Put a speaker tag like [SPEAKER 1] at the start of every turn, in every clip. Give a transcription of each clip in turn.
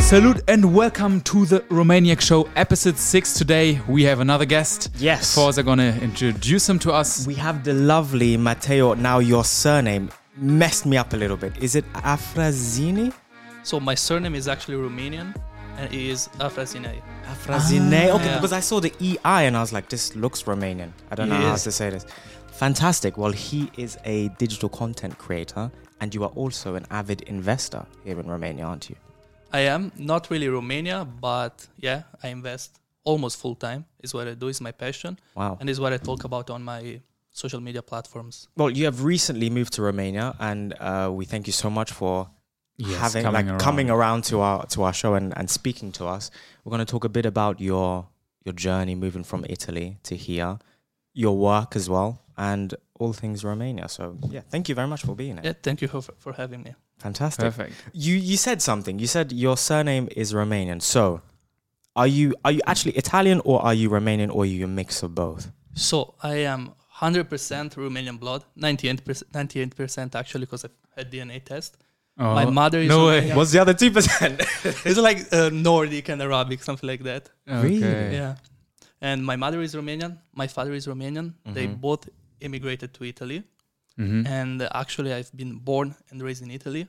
[SPEAKER 1] Salute and welcome to the Romaniac Show, episode 6. Today we have another guest.
[SPEAKER 2] Yes.
[SPEAKER 1] Forza gonna introduce him to us.
[SPEAKER 2] We have the lovely Matteo. Now your surname messed me up a little bit. Is it Afrazini?
[SPEAKER 3] So my surname is actually Romanian and it is Afrasinei.
[SPEAKER 2] Afrazine? okay,
[SPEAKER 3] yeah.
[SPEAKER 2] because I saw the EI and I was like, this looks Romanian. I don't know how
[SPEAKER 3] Yes.
[SPEAKER 2] to say this. Fantastic. Well, he is a digital content creator and you are also an avid investor here in Romania, aren't you?
[SPEAKER 3] I am not really Romania, but yeah, I invest almost full time. Is what I do. Is my passion,
[SPEAKER 2] Wow.
[SPEAKER 3] and is what I talk about on my social media platforms.
[SPEAKER 2] Well, you have recently moved to Romania and uh, we thank you so much for
[SPEAKER 1] Yes,
[SPEAKER 2] having like coming around to our to our show and, and speaking to us. We're going to talk a bit about your your journey moving from Italy to here, your work as well, and all things Romania. So yeah, thank you very much for being here.
[SPEAKER 3] Yeah, thank you for, for having me.
[SPEAKER 2] Fantastic.
[SPEAKER 1] Perfect.
[SPEAKER 2] You you said something. You said your surname is Romanian. So are you are you actually Italian or are you Romanian or are you a mix of both?
[SPEAKER 3] So I am 100% Romanian blood, 98%, 98% actually because I had DNA test.
[SPEAKER 1] Oh,
[SPEAKER 3] my mother is
[SPEAKER 1] no way.
[SPEAKER 3] Romanian.
[SPEAKER 2] What's the other two percent?
[SPEAKER 3] It's like uh, Nordic and Arabic, something like that.
[SPEAKER 2] Really?
[SPEAKER 1] Okay.
[SPEAKER 3] Yeah. And my mother is Romanian. My father is Romanian. They both immigrated to Italy.
[SPEAKER 1] Mm-hmm.
[SPEAKER 3] And uh, actually, I've been born and raised in Italy,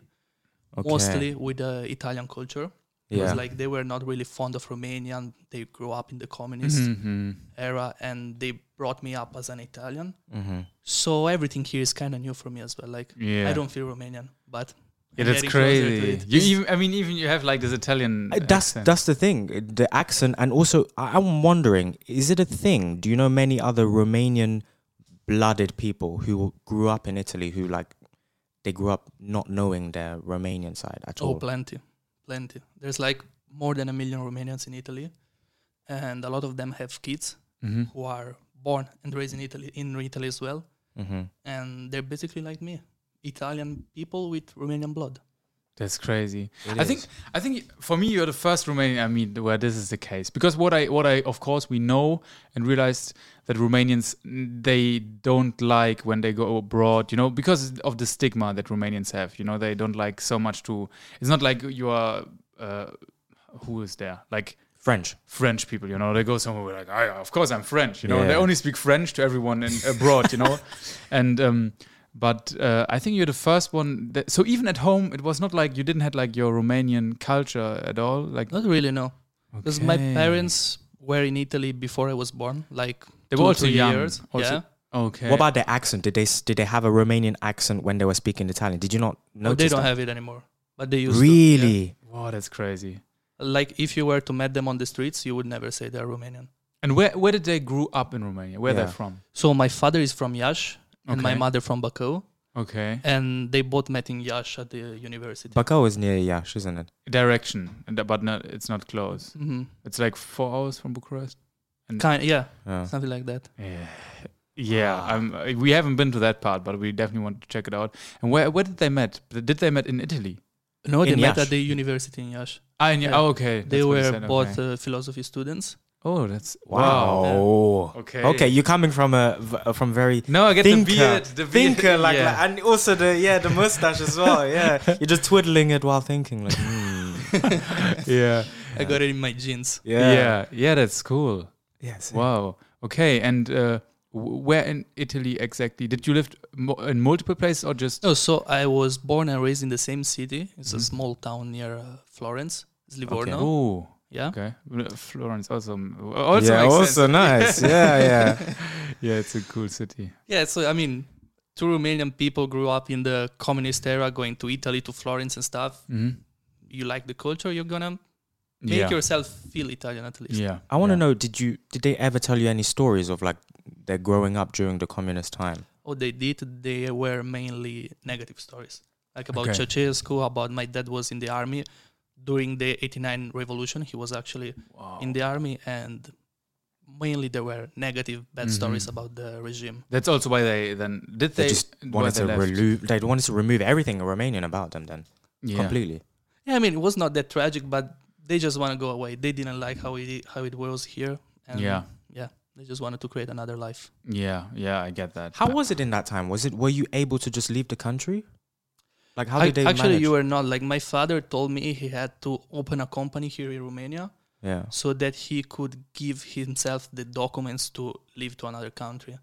[SPEAKER 3] mostly with the Italian culture.
[SPEAKER 2] Yeah.
[SPEAKER 3] Because like they were not really fond of Romanian. They grew up in the communist
[SPEAKER 1] Mm-hmm.
[SPEAKER 3] era, and they brought me up as an Italian.
[SPEAKER 2] Mm-hmm.
[SPEAKER 3] So everything here is kind of new for me as well. Like
[SPEAKER 1] Yeah.
[SPEAKER 3] I don't feel Romanian, but
[SPEAKER 1] Yeah,
[SPEAKER 3] I'm
[SPEAKER 1] that's
[SPEAKER 3] getting closer to
[SPEAKER 1] crazy.
[SPEAKER 3] it.
[SPEAKER 1] You even, I mean, even you have like this Italian.
[SPEAKER 2] Uh, That's
[SPEAKER 1] accent.
[SPEAKER 2] that's the thing, uh, the accent, and also I- I'm wondering, is it a thing? Do you know many other Romanian blooded people who grew up in Italy who like they grew up not knowing their Romanian side at
[SPEAKER 3] Oh,
[SPEAKER 2] all?
[SPEAKER 3] plenty, plenty. There's like more than a million Romanians in Italy, and a lot of them have kids
[SPEAKER 1] Mm-hmm.
[SPEAKER 3] who are born and raised in Italy, in Italy as well,
[SPEAKER 2] hmm
[SPEAKER 3] and they're basically like me, Italian people with Romanian blood.
[SPEAKER 1] That's crazy.
[SPEAKER 2] It
[SPEAKER 1] I think
[SPEAKER 2] is.
[SPEAKER 1] I think for me you're the first Romanian I mean where this is the case because what I what I of course we know and realized that Romanians mm, they don't like when they go abroad you know because of the stigma that Romanians have you know they don't like so much to it's not like you are uh, who is there like
[SPEAKER 2] French.
[SPEAKER 1] French people, you know, they go somewhere we're like, "Ah, yeah, of course I'm French, you know, they
[SPEAKER 2] Yeah.
[SPEAKER 1] only speak French to everyone in, abroad, you know, and um, but uh, I think you're the first one. That, so even at home, it was not like you didn't had like your Romanian culture at all, like
[SPEAKER 3] Not really, no, because my
[SPEAKER 1] Okay.
[SPEAKER 3] parents were in Italy before I was born, like
[SPEAKER 1] They
[SPEAKER 3] two
[SPEAKER 1] were
[SPEAKER 3] or
[SPEAKER 1] also
[SPEAKER 3] three
[SPEAKER 1] young,
[SPEAKER 3] years.
[SPEAKER 1] also-
[SPEAKER 3] yeah,
[SPEAKER 1] okay.
[SPEAKER 2] What about their accent? Did they s- did they have a Romanian accent when they were speaking Italian? Did you not
[SPEAKER 3] no,
[SPEAKER 2] notice?
[SPEAKER 3] they don't
[SPEAKER 2] that?
[SPEAKER 3] have it anymore, but they used To, yeah.
[SPEAKER 2] really.
[SPEAKER 1] Wow, that's crazy.
[SPEAKER 3] Like if you were to meet them on the streets, you would never say they're Romanian.
[SPEAKER 1] And where where did they grew up in Romania? Where
[SPEAKER 2] Yeah.
[SPEAKER 1] they're from?
[SPEAKER 3] So my father is from Yash and my
[SPEAKER 1] Okay.
[SPEAKER 3] mother from Baku.
[SPEAKER 1] Okay,
[SPEAKER 3] and they both met in Yash at the university.
[SPEAKER 2] Bacau is near Iași, isn't it?
[SPEAKER 1] direction, and, but not it's not close.
[SPEAKER 3] hmm
[SPEAKER 1] It's like four hours from Bucharest.
[SPEAKER 3] Kind, yeah,
[SPEAKER 2] Yeah.
[SPEAKER 3] something like that.
[SPEAKER 1] Yeah, yeah. I'm, uh, we haven't been to that part, but we definitely want to check it out. And where where did they met? Did they met in Italy?
[SPEAKER 3] No, they
[SPEAKER 2] In
[SPEAKER 3] met
[SPEAKER 2] Iași.
[SPEAKER 3] at the university in Yash.
[SPEAKER 1] Ah, in,
[SPEAKER 3] Yeah.
[SPEAKER 1] oh, okay.
[SPEAKER 3] They
[SPEAKER 1] That's what you
[SPEAKER 3] were
[SPEAKER 1] said,
[SPEAKER 3] both
[SPEAKER 1] okay.
[SPEAKER 3] uh, philosophy students.
[SPEAKER 1] oh, that's wow.
[SPEAKER 2] Wow.
[SPEAKER 1] Okay.
[SPEAKER 2] Okay, you're coming from a v- from very
[SPEAKER 1] No, I get
[SPEAKER 2] thinker,
[SPEAKER 1] the beard. The beard.
[SPEAKER 2] thinker, like,
[SPEAKER 1] Yeah.
[SPEAKER 2] like- and also the yeah, the mustache as well. Yeah, you're just twiddling it while thinking, like, hmm.
[SPEAKER 1] yeah.
[SPEAKER 3] I got it in my jeans.
[SPEAKER 1] yeah, yeah, That's cool.
[SPEAKER 2] yes.
[SPEAKER 1] Wow. Okay, and uh, w- where in Italy exactly? Did you live mo- in multiple places or just?
[SPEAKER 3] No, so I was born and raised in the same city. It's
[SPEAKER 1] Mm-hmm.
[SPEAKER 3] a small town near uh, Florence. It's Livorno.
[SPEAKER 1] Oh,
[SPEAKER 3] Yeah.
[SPEAKER 1] okay. Florence, also, also
[SPEAKER 2] yeah,
[SPEAKER 1] makes sense.
[SPEAKER 2] also nice. yeah, yeah.
[SPEAKER 1] Yeah, it's a cool city.
[SPEAKER 3] Yeah. So I mean, two Romanian people grew up in the communist era, going to Italy, to Florence and stuff.
[SPEAKER 1] hmm
[SPEAKER 3] You like the culture, you're gonna make
[SPEAKER 1] yeah.
[SPEAKER 3] yourself feel Italian at least.
[SPEAKER 1] yeah.
[SPEAKER 2] I want to
[SPEAKER 1] yeah.
[SPEAKER 2] know, did you did they ever tell you any stories of like their growing up during the communist time?
[SPEAKER 3] or they did, they were mainly negative stories, like about
[SPEAKER 1] Okay.
[SPEAKER 3] Ceausescu, about my dad was in the army during the 89 revolution. He was actually
[SPEAKER 1] Wow.
[SPEAKER 3] in the army, and mainly there were negative bad
[SPEAKER 1] Mhm.
[SPEAKER 3] stories about the regime.
[SPEAKER 1] That's also why they then did they,
[SPEAKER 2] They, just
[SPEAKER 1] why
[SPEAKER 2] wanted
[SPEAKER 1] they
[SPEAKER 2] to
[SPEAKER 1] left?
[SPEAKER 2] remove. They wanted to remove everything Romanian about them. Then
[SPEAKER 1] yeah.
[SPEAKER 2] completely.
[SPEAKER 3] Yeah, I mean, it was not that tragic, but they just want to go away. They didn't like how it, how it was here. And
[SPEAKER 1] Yeah.
[SPEAKER 3] Yeah. They just wanted to create another life.
[SPEAKER 1] Yeah, yeah, I get that.
[SPEAKER 2] How
[SPEAKER 1] But-
[SPEAKER 2] was it in that time? Was it were you able to just leave the country? Like, how
[SPEAKER 3] I-
[SPEAKER 2] did they
[SPEAKER 3] actually,
[SPEAKER 2] manage?
[SPEAKER 3] you were not. Like my father told me he had to open a company here in Romania
[SPEAKER 2] yeah.
[SPEAKER 3] so that he could give himself the documents to leave to another country.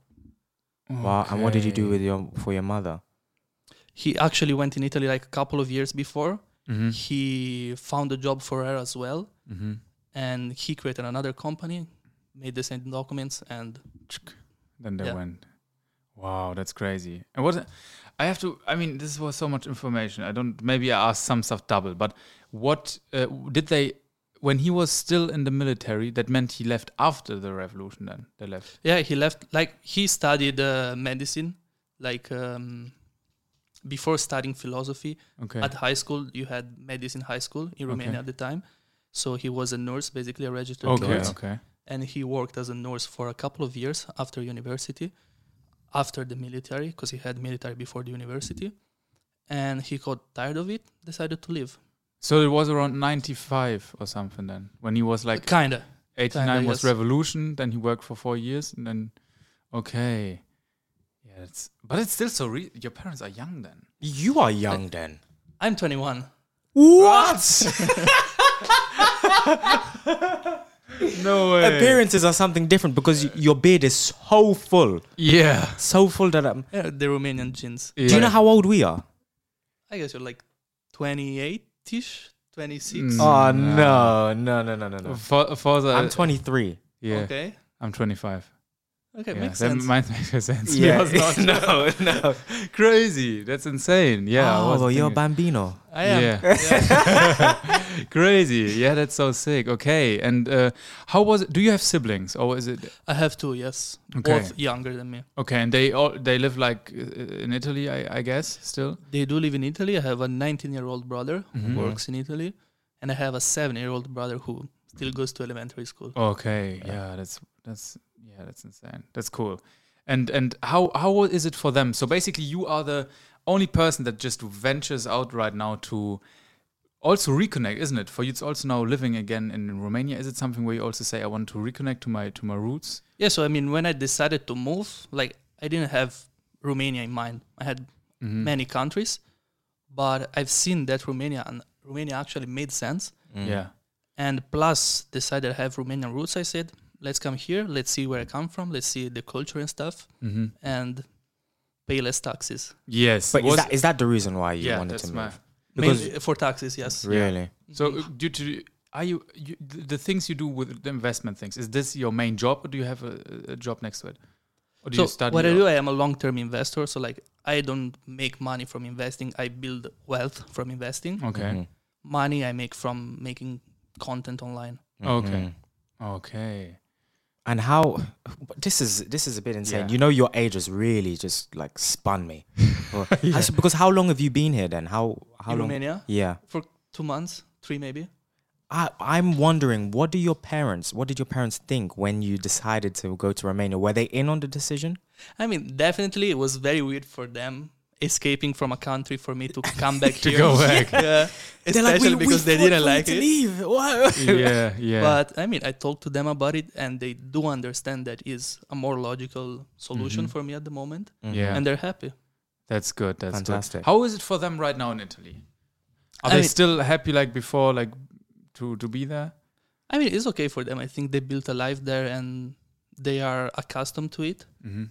[SPEAKER 2] Wow. And what did you do
[SPEAKER 1] Okay.
[SPEAKER 2] with your for your mother?
[SPEAKER 3] He actually went in Italy like a couple of years before.
[SPEAKER 1] Mhm.
[SPEAKER 3] He found a job for her as well,
[SPEAKER 1] Mhm.
[SPEAKER 3] and he created another company, made the same documents, and
[SPEAKER 1] Then they
[SPEAKER 3] Yeah.
[SPEAKER 1] went. Wow, that's crazy. And what I have to, I mean, this was so much information. I don't, maybe I asked some stuff double, but what uh, did they, when he was still in the military, that meant he left after the revolution then? They left.
[SPEAKER 3] yeah, he left. Like he studied uh, medicine, like um, before studying philosophy.
[SPEAKER 1] Okay.
[SPEAKER 3] At high school, you had medicine high school in Romania
[SPEAKER 1] Okay.
[SPEAKER 3] at the time. So he was a nurse, basically a registered
[SPEAKER 1] Okay,
[SPEAKER 3] nurse,
[SPEAKER 1] okay.
[SPEAKER 3] and he worked as a nurse for a couple of years after university, after the military, because he had military before the university, and he got tired of it, decided to leave.
[SPEAKER 1] So it was around 95 or something then, when he was like
[SPEAKER 3] kinda,
[SPEAKER 1] 89
[SPEAKER 3] kinda,
[SPEAKER 1] was
[SPEAKER 3] yes.
[SPEAKER 1] revolution, then he worked for four years, and then, okay. Yeah, it's, but it's still so, re- your parents are young then.
[SPEAKER 2] You are young then.
[SPEAKER 3] I'm 21.
[SPEAKER 2] What?
[SPEAKER 1] No way.
[SPEAKER 2] Appearances are something different because y- your beard is so full,
[SPEAKER 1] Yeah.
[SPEAKER 2] so full that I'm.
[SPEAKER 3] Yeah, the Romanian genes.
[SPEAKER 2] Do you know how old we are?
[SPEAKER 3] I guess you're like 28ish, 26.
[SPEAKER 1] Mm. Oh,
[SPEAKER 2] no, no, no, no, no,
[SPEAKER 1] For, for the,
[SPEAKER 2] I'm 23.
[SPEAKER 1] Yeah,
[SPEAKER 3] Okay.
[SPEAKER 1] I'm 25.
[SPEAKER 3] Okay,
[SPEAKER 1] yeah,
[SPEAKER 3] makes
[SPEAKER 1] that
[SPEAKER 3] sense.
[SPEAKER 1] might make sense. Because
[SPEAKER 2] Yes. no, no.
[SPEAKER 1] that's crazy. That's insane. Yeah. I
[SPEAKER 2] oh,
[SPEAKER 1] was
[SPEAKER 2] well, you're a
[SPEAKER 1] thinking-
[SPEAKER 2] bambino.
[SPEAKER 3] I am.
[SPEAKER 1] Yeah. crazy. Yeah, that's so sick. Okay. And uh, how was it? Do you have siblings or is it
[SPEAKER 3] I have two, yes.
[SPEAKER 1] Okay.
[SPEAKER 3] Both younger than me.
[SPEAKER 1] okay? And they all they live like uh, in Italy, I, I guess. Still.
[SPEAKER 3] They do live in Italy. I have a 19 year old brother who
[SPEAKER 1] Mhm.
[SPEAKER 3] works in Italy, and I have a 7 year old brother who still goes to elementary school.
[SPEAKER 1] Okay. Yeah. That's that's yeah. That's insane. That's cool. And and how how is it for them? So basically, you are the only person that just ventures out right now to also reconnect, isn't it? For you, it's also now living again in Romania. Is it something where you also say, I want to reconnect to my to my roots?
[SPEAKER 3] Yeah, so I mean, when I decided to move, like, I didn't have Romania in mind. I had
[SPEAKER 1] Mm. Mm-hmm.
[SPEAKER 3] many countries, but I've seen that Romania and Romania actually made sense.
[SPEAKER 1] Yeah.
[SPEAKER 3] and plus the side that I have Romanian roots, I said, let's come here, let's see where I come from, let's see the culture and stuff,
[SPEAKER 1] Mm-hmm.
[SPEAKER 3] and pay less taxes.
[SPEAKER 1] Yes.
[SPEAKER 2] But is
[SPEAKER 1] Was-
[SPEAKER 2] that, is that the reason why you
[SPEAKER 1] yeah,
[SPEAKER 2] wanted
[SPEAKER 1] that's
[SPEAKER 2] to
[SPEAKER 1] my.
[SPEAKER 2] move?
[SPEAKER 3] Mainly for taxes, yes. Mm-hmm.
[SPEAKER 2] Really?
[SPEAKER 1] So uh, due to are you, you the the things you do with the investment things? Is this your main job, or do you have a, a job next to it, or do
[SPEAKER 3] So
[SPEAKER 1] you study?
[SPEAKER 3] what I
[SPEAKER 1] or-
[SPEAKER 3] do, I am a long-term investor, so like I don't make money from investing, I build wealth from investing.
[SPEAKER 1] Okay.
[SPEAKER 2] Mhm.
[SPEAKER 3] Mm-hmm. Money I make from making content online.
[SPEAKER 1] Okay.
[SPEAKER 2] Mhm.
[SPEAKER 3] Mm-hmm.
[SPEAKER 1] Okay.
[SPEAKER 2] And how? but This is this is a bit insane.
[SPEAKER 1] Yeah.
[SPEAKER 2] You know, your age has really just like spun me. Well, that's- Because how long have you been here then? How how
[SPEAKER 3] in
[SPEAKER 2] long?
[SPEAKER 3] Romania
[SPEAKER 2] Yeah.
[SPEAKER 3] for two months, three maybe.
[SPEAKER 2] I, I'm wondering, what do your parents, what did your parents think when you decided to go to Romania? Were they in on the decision?
[SPEAKER 3] I mean, definitely it was very weird for them escaping from a country for me to come back
[SPEAKER 1] To
[SPEAKER 3] here.
[SPEAKER 1] go back.
[SPEAKER 3] Yeah. Especially because they didn't like it.
[SPEAKER 2] Leave.
[SPEAKER 1] Yeah. Yeah.
[SPEAKER 3] But I mean, I talked to them about it and they do understand that is a more logical solution for me at the moment
[SPEAKER 1] Mm-hmm. yeah.
[SPEAKER 3] and they're happy.
[SPEAKER 1] That's good. That's good.
[SPEAKER 2] Mm-hmm. Fantastic.
[SPEAKER 1] How is it for them right now in Italy? Are
[SPEAKER 3] I
[SPEAKER 1] they
[SPEAKER 3] mean-
[SPEAKER 1] still happy like before, like to to be there?
[SPEAKER 3] I mean, it's okay for them. I think they built a life there and they are accustomed to it.
[SPEAKER 1] Mm-hmm.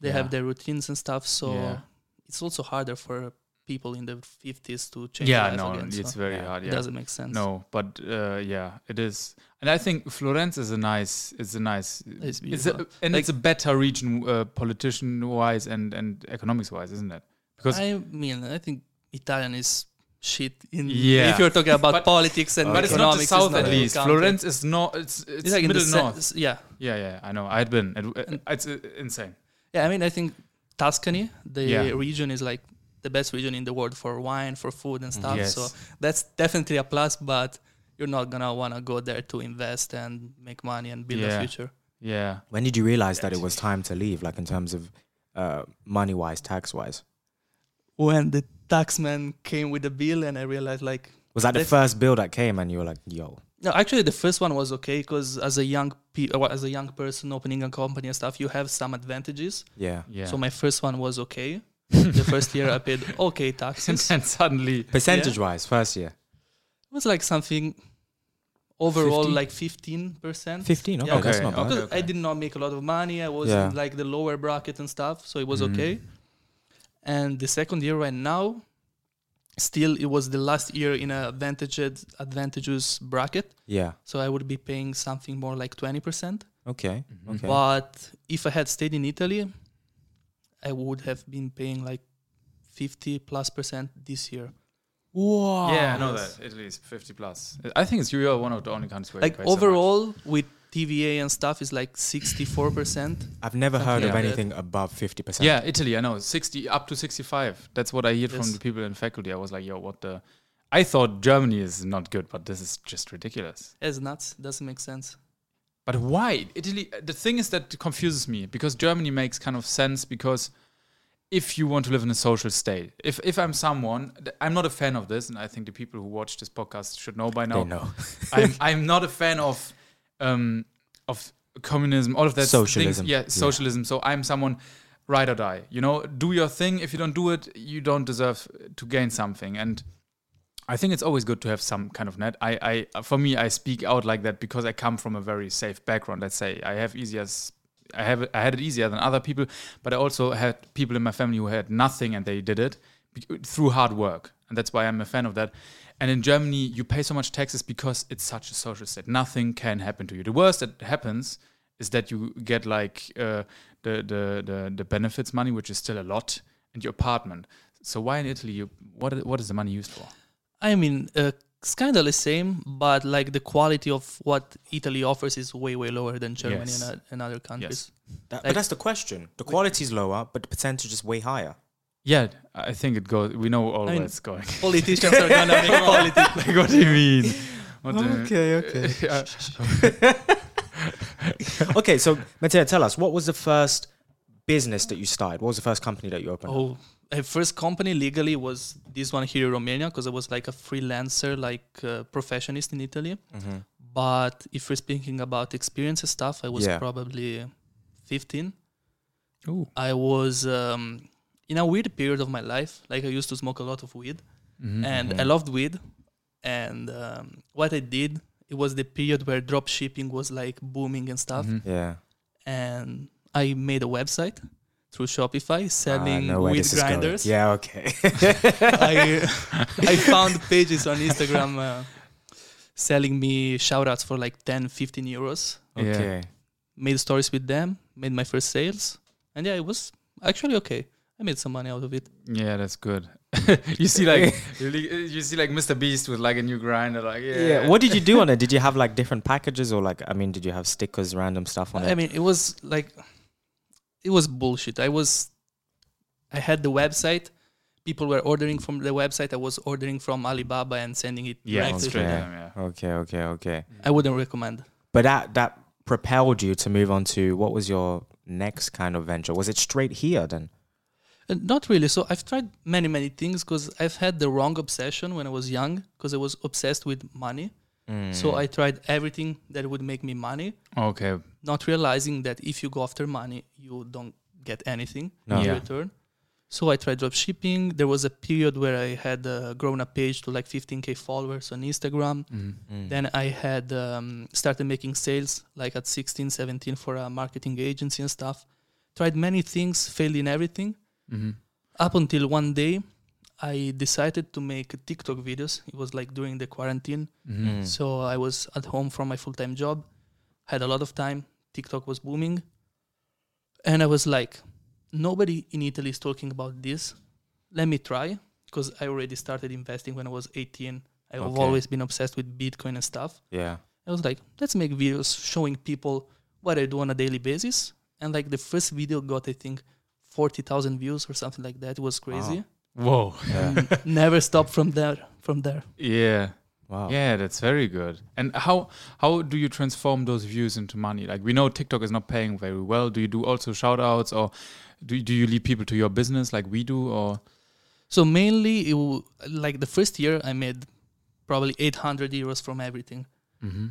[SPEAKER 3] They
[SPEAKER 1] Yeah.
[SPEAKER 3] have their routines and stuff. So
[SPEAKER 1] Yeah.
[SPEAKER 3] it's also harder for people in the 50s to change
[SPEAKER 1] Yeah,
[SPEAKER 3] life
[SPEAKER 1] no,
[SPEAKER 3] again.
[SPEAKER 1] it's
[SPEAKER 3] so
[SPEAKER 1] very
[SPEAKER 2] yeah.
[SPEAKER 1] hard.
[SPEAKER 3] It
[SPEAKER 1] Yeah,
[SPEAKER 3] doesn't make sense.
[SPEAKER 1] no, but uh, yeah, it is. And I think Florence is a nice, it's a nice, it's
[SPEAKER 3] It's
[SPEAKER 1] a,
[SPEAKER 3] beautiful.
[SPEAKER 1] and
[SPEAKER 3] Like-
[SPEAKER 1] it's a better region, uh, politician wise and and economics wise, isn't it? Because
[SPEAKER 3] I mean, I think Italian is shit in
[SPEAKER 1] Yeah.
[SPEAKER 3] if you're talking about
[SPEAKER 1] But-
[SPEAKER 3] politics and
[SPEAKER 1] but it's not the
[SPEAKER 3] economics.
[SPEAKER 1] south
[SPEAKER 3] not
[SPEAKER 1] at
[SPEAKER 3] a
[SPEAKER 1] least.
[SPEAKER 3] country.
[SPEAKER 1] Florence is not. It's it's,
[SPEAKER 3] It's like in the
[SPEAKER 1] middle
[SPEAKER 3] se-
[SPEAKER 1] north.
[SPEAKER 3] s- yeah,
[SPEAKER 1] yeah, yeah, I know. I had been. It, it, it's uh, insane.
[SPEAKER 3] yeah. I mean, I think Tuscany, the
[SPEAKER 1] Yeah.
[SPEAKER 3] region, is like the best region in the world for wine, for food and stuff.
[SPEAKER 1] Yes.
[SPEAKER 3] So that's definitely a plus. But you're not gonna wanna go there to invest and make money and build
[SPEAKER 1] Yeah.
[SPEAKER 3] a future.
[SPEAKER 1] Yeah.
[SPEAKER 2] When did you realize that it was time to leave, like in terms of uh, money wise, tax wise?
[SPEAKER 3] When the taxman came with the bill, and I realized like
[SPEAKER 2] Was that the
[SPEAKER 3] Def-
[SPEAKER 2] first bill that came and you were like, yo?
[SPEAKER 3] No, actually, the first one was okay because as a young pe- uh, well, as a young person opening a company and stuff, you have some advantages.
[SPEAKER 2] Yeah.
[SPEAKER 1] Yeah.
[SPEAKER 3] So my first one was okay, the first year I paid okay
[SPEAKER 1] and
[SPEAKER 3] taxes. It
[SPEAKER 1] then suddenly
[SPEAKER 2] Percentage wise, first year.
[SPEAKER 3] was like something overall
[SPEAKER 1] 15?
[SPEAKER 3] like 15%.
[SPEAKER 2] 15, okay,
[SPEAKER 3] Yeah.
[SPEAKER 2] that's
[SPEAKER 1] Okay,
[SPEAKER 2] not bad.
[SPEAKER 1] okay.
[SPEAKER 3] Because I did not make a lot of money. I was in
[SPEAKER 2] Yeah.
[SPEAKER 3] like the lower bracket and stuff, so it was okay. And the second year right now, still it was the last year in a advantaged advantageous bracket.
[SPEAKER 2] Yeah,
[SPEAKER 3] So I would be paying something more like twenty percent.
[SPEAKER 2] okay, okay.
[SPEAKER 3] But if I had stayed in Italy, I would have been paying like fifty plus percent this year.
[SPEAKER 2] Wow.
[SPEAKER 3] Oh,
[SPEAKER 1] yeah, I know that Italy is fifty plus. I think it's you are one of the only countries where you
[SPEAKER 3] Like
[SPEAKER 1] pay so much.
[SPEAKER 3] overall with TVA and stuff is like sixty four percent.
[SPEAKER 2] I've never heard
[SPEAKER 1] Something
[SPEAKER 2] of
[SPEAKER 1] like
[SPEAKER 3] that.
[SPEAKER 2] anything above 50%.
[SPEAKER 1] Yeah, Italy, I know. 60 up to 65. That's what I hear from
[SPEAKER 3] Yes.
[SPEAKER 1] the people in faculty. I was like, yo, what the I thought Germany is not good, but this is just ridiculous.
[SPEAKER 3] As nuts, doesn't make sense.
[SPEAKER 1] But why? Italy the thing is that confuses me because Germany makes kind of sense because if you want to live in a social state, if if I'm someone, th- I'm not a fan of this, and I think the people who watch this podcast should know by now.
[SPEAKER 2] They know.
[SPEAKER 1] I'm I'm not a fan of um of communism, all of that
[SPEAKER 2] Socialism.
[SPEAKER 1] Things. Yeah,
[SPEAKER 2] Yeah.
[SPEAKER 1] socialism. So I'm someone ride or die. You know, do your thing. If you don't do it, you don't deserve to gain something. And I think it's always good to have some kind of net. I, I for me, I speak out like that because I come from a very safe background. Let's say I have easier. s- I have I had it easier than other people, but I also had people in my family who had nothing and they did it be- through hard work, and that's why I'm a fan of that. And in Germany, you pay so much taxes because it's such a social state. Nothing can happen to you. The worst that happens is that you get like uh, the, the the the benefits money, which is still a lot, and your apartment. So why in Italy? You, what i- what is the money used for?
[SPEAKER 3] I mean, uh, it's kind of the same, but like the quality of what Italy offers is way, way lower than Germany
[SPEAKER 1] Yes.
[SPEAKER 3] and, o- and other countries.
[SPEAKER 2] That- but
[SPEAKER 3] Like-
[SPEAKER 2] that's the question. The quality's lower, but the percentage is way higher.
[SPEAKER 1] Yeah, I think it goes. We know all
[SPEAKER 3] I
[SPEAKER 1] where
[SPEAKER 3] mean-
[SPEAKER 1] it's going.
[SPEAKER 3] Politicians are gonna make politics.
[SPEAKER 1] like, what do you mean? What do you-
[SPEAKER 2] okay.
[SPEAKER 1] Yeah.
[SPEAKER 2] okay, so Matteo, tell us, what was the first business that you started? What was the first company that you opened?
[SPEAKER 3] Oh, my first company legally was this one here in Romania because I was like a freelancer, like uh, professionist in Italy. But if we're speaking about experience and stuff, I was
[SPEAKER 2] Yeah.
[SPEAKER 3] probably 15.
[SPEAKER 1] Ooh.
[SPEAKER 3] I was um, in a weird period of my life. Like I used to smoke a lot of weed,
[SPEAKER 1] Mm-hmm.
[SPEAKER 3] and
[SPEAKER 2] Mm-hmm.
[SPEAKER 3] I loved weed. And um, what I did, it was the period where drop shipping was like booming and stuff.
[SPEAKER 1] Mhm.
[SPEAKER 2] Yeah.
[SPEAKER 3] And I made a website through Shopify
[SPEAKER 2] Ah,
[SPEAKER 3] selling
[SPEAKER 2] no way
[SPEAKER 3] weed
[SPEAKER 2] this is going.
[SPEAKER 3] grinders.
[SPEAKER 2] Yeah, okay.
[SPEAKER 3] I, I found pages on Instagram uh, selling me shoutouts for like 10, 15 euros.
[SPEAKER 1] Yeah.
[SPEAKER 2] okay.
[SPEAKER 3] Made stories with them, made my first sales. And yeah, it was actually okay. I made some money out of it.
[SPEAKER 1] Yeah, that's good. you see, like you li- you see, like Mr. Beast with like a new grinder, like yeah.
[SPEAKER 2] Yeah. What did you do on it? Did you have like different packages or like, I mean, did you have stickers, random stuff on it?
[SPEAKER 3] I mean, it was like, it was bullshit. I was, I had the website. People were ordering from the website. I was ordering from Alibaba and sending it
[SPEAKER 1] Yeah,
[SPEAKER 3] directly.
[SPEAKER 1] straight
[SPEAKER 3] to them.
[SPEAKER 1] to them, yeah.
[SPEAKER 2] okay, okay, okay.
[SPEAKER 3] I wouldn't recommend.
[SPEAKER 2] But that, that propelled you to move on to what was your next kind of venture? Was it straight here then?
[SPEAKER 3] Uh, Not really. So I've tried many, many things because I've had the wrong obsession when I was young because I was obsessed with money. Mm.
[SPEAKER 1] Mm.
[SPEAKER 3] So I tried everything that would make me money,
[SPEAKER 1] Okay.
[SPEAKER 3] not realizing that if you go after money, you don't get anything
[SPEAKER 2] No.
[SPEAKER 3] in
[SPEAKER 1] Yeah.
[SPEAKER 3] return. So I tried dropshipping. There was a period where I had uh, grown a page to like 15k followers on
[SPEAKER 1] Mm-hmm.
[SPEAKER 3] Instagram.
[SPEAKER 2] Mm.
[SPEAKER 3] Then I had um, started making sales like at 16, 17 for a marketing agency and stuff. Tried many things, failed in everything
[SPEAKER 1] Mm-hmm.
[SPEAKER 3] up until one day i decided to make tiktok videos it was like during the quarantine
[SPEAKER 1] Mm-hmm.
[SPEAKER 2] Mm. Hmm.
[SPEAKER 3] so i was at home from my full-time job had a lot of time tiktok was booming and i was like nobody in italy is talking about this let me try because i already started investing when i was 18 i've
[SPEAKER 2] Okay.
[SPEAKER 3] always been obsessed with bitcoin and stuff
[SPEAKER 2] Yeah.
[SPEAKER 3] I was like, let's make videos showing people what I do on a daily basis. And like the first video got, I think, 40,000 views or something like that. It was crazy.
[SPEAKER 1] Whoa.
[SPEAKER 2] Yeah.
[SPEAKER 3] Never stopped from there. From there.
[SPEAKER 1] Yeah.
[SPEAKER 2] wow.
[SPEAKER 1] Yeah, that's very good. And how how do you transform those views into money? Like we know TikTok is not paying very well. Do you do also shout outs or do do you lead people to your business like we do or
[SPEAKER 3] So mainly, it w- like the first year, I made probably 800 euros from everything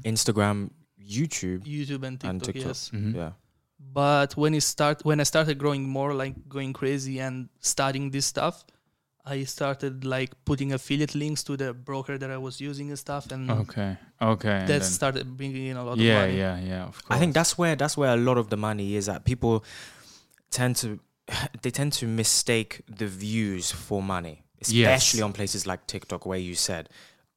[SPEAKER 2] Instagram, YouTube,
[SPEAKER 3] YouTube and TikTok,
[SPEAKER 2] and TikTok.
[SPEAKER 1] Mm-hmm.
[SPEAKER 3] yes.
[SPEAKER 2] Yeah.
[SPEAKER 3] But when it start when I started growing more, like going crazy and studying this stuff, I started like putting affiliate links to the broker that I was using and stuff, and
[SPEAKER 1] Okay. Okay. and
[SPEAKER 3] that
[SPEAKER 1] then-
[SPEAKER 3] started bringing in a lot
[SPEAKER 1] yeah,
[SPEAKER 3] of money.
[SPEAKER 1] yeah, yeah. Of course.
[SPEAKER 2] I think that's where that's where a lot of the money is at. People tend to they tend to mistake the views for money, especially on places like TikTok, where you said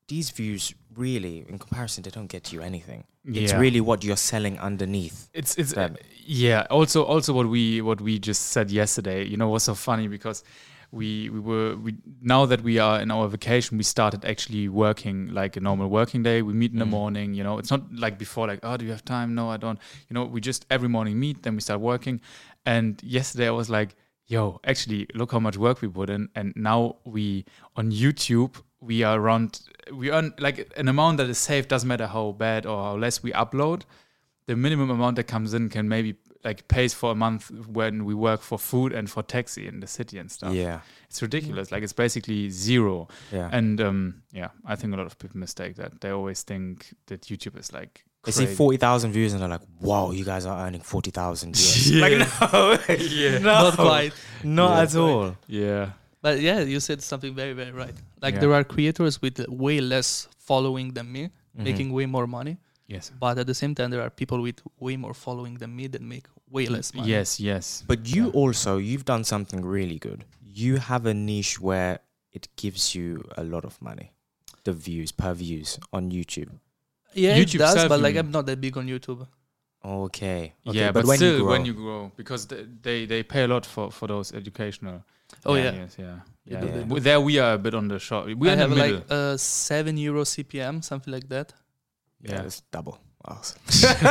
[SPEAKER 2] these views really, in comparison, they don't get you anything. It's
[SPEAKER 1] Yeah.
[SPEAKER 2] really what you're selling underneath.
[SPEAKER 1] it's it's
[SPEAKER 2] them.
[SPEAKER 1] uh, yeah also also what we what we just said yesterday you know was so funny because we we were we now that we are in our vacation we started actually working like a normal working day we meet in the morning you know it's not like before like oh do you have time no i don't you know we just every morning meet then we start working and yesterday i was like yo actually look how much work we put in and now we on youtube we are around we earn like an amount that is saved doesn't matter how bad or how less we upload the minimum amount that comes in can maybe like pays for a month when we work for food and for taxi in the city and stuff.
[SPEAKER 2] Yeah,
[SPEAKER 1] It's ridiculous. Like it's basically zero.
[SPEAKER 2] yeah.
[SPEAKER 1] And um, yeah, I think a lot of people mistake that. They always think that YouTube is like
[SPEAKER 2] they
[SPEAKER 1] crazy.
[SPEAKER 2] see forty thousand views and they're like, "Wow, you guys are earning forty thousand years."
[SPEAKER 1] Yeah.
[SPEAKER 2] Like no,
[SPEAKER 1] Yeah.
[SPEAKER 2] no,
[SPEAKER 3] Not quite.
[SPEAKER 2] not
[SPEAKER 1] Yeah.
[SPEAKER 2] at all.
[SPEAKER 1] yeah.
[SPEAKER 3] But yeah, you said something very, very right. Like
[SPEAKER 1] Yeah.
[SPEAKER 3] there are creators with way less following than me,
[SPEAKER 1] Mm-hmm.
[SPEAKER 2] Mm-hmm.
[SPEAKER 3] making way more money.
[SPEAKER 1] Yes.
[SPEAKER 3] But at the same time, there are people with way more following than me that make way less money.
[SPEAKER 1] Yes. Yes.
[SPEAKER 2] But you also you've done something really good. You have a niche where it gives you a lot of money, the views per views on YouTube.
[SPEAKER 3] Yeah,
[SPEAKER 1] YouTube
[SPEAKER 3] it does,
[SPEAKER 1] self,
[SPEAKER 3] but
[SPEAKER 1] you
[SPEAKER 3] like
[SPEAKER 1] mean?
[SPEAKER 3] I'm not that big on YouTube.
[SPEAKER 2] Okay. okay,
[SPEAKER 1] yeah, but, still,
[SPEAKER 2] grow-
[SPEAKER 1] when you grow, because they, they they pay a lot for for those educational.
[SPEAKER 3] Oh yeah,
[SPEAKER 1] Yes. Yeah.
[SPEAKER 3] You
[SPEAKER 1] Yeah.
[SPEAKER 2] do that.
[SPEAKER 1] Well, There we are a bit on the short.
[SPEAKER 3] we
[SPEAKER 1] We're in
[SPEAKER 3] have
[SPEAKER 1] the middle.
[SPEAKER 3] like uh, seven euro CPM, something like that.
[SPEAKER 2] yeah,
[SPEAKER 1] yeah.
[SPEAKER 2] it's double. Awesome.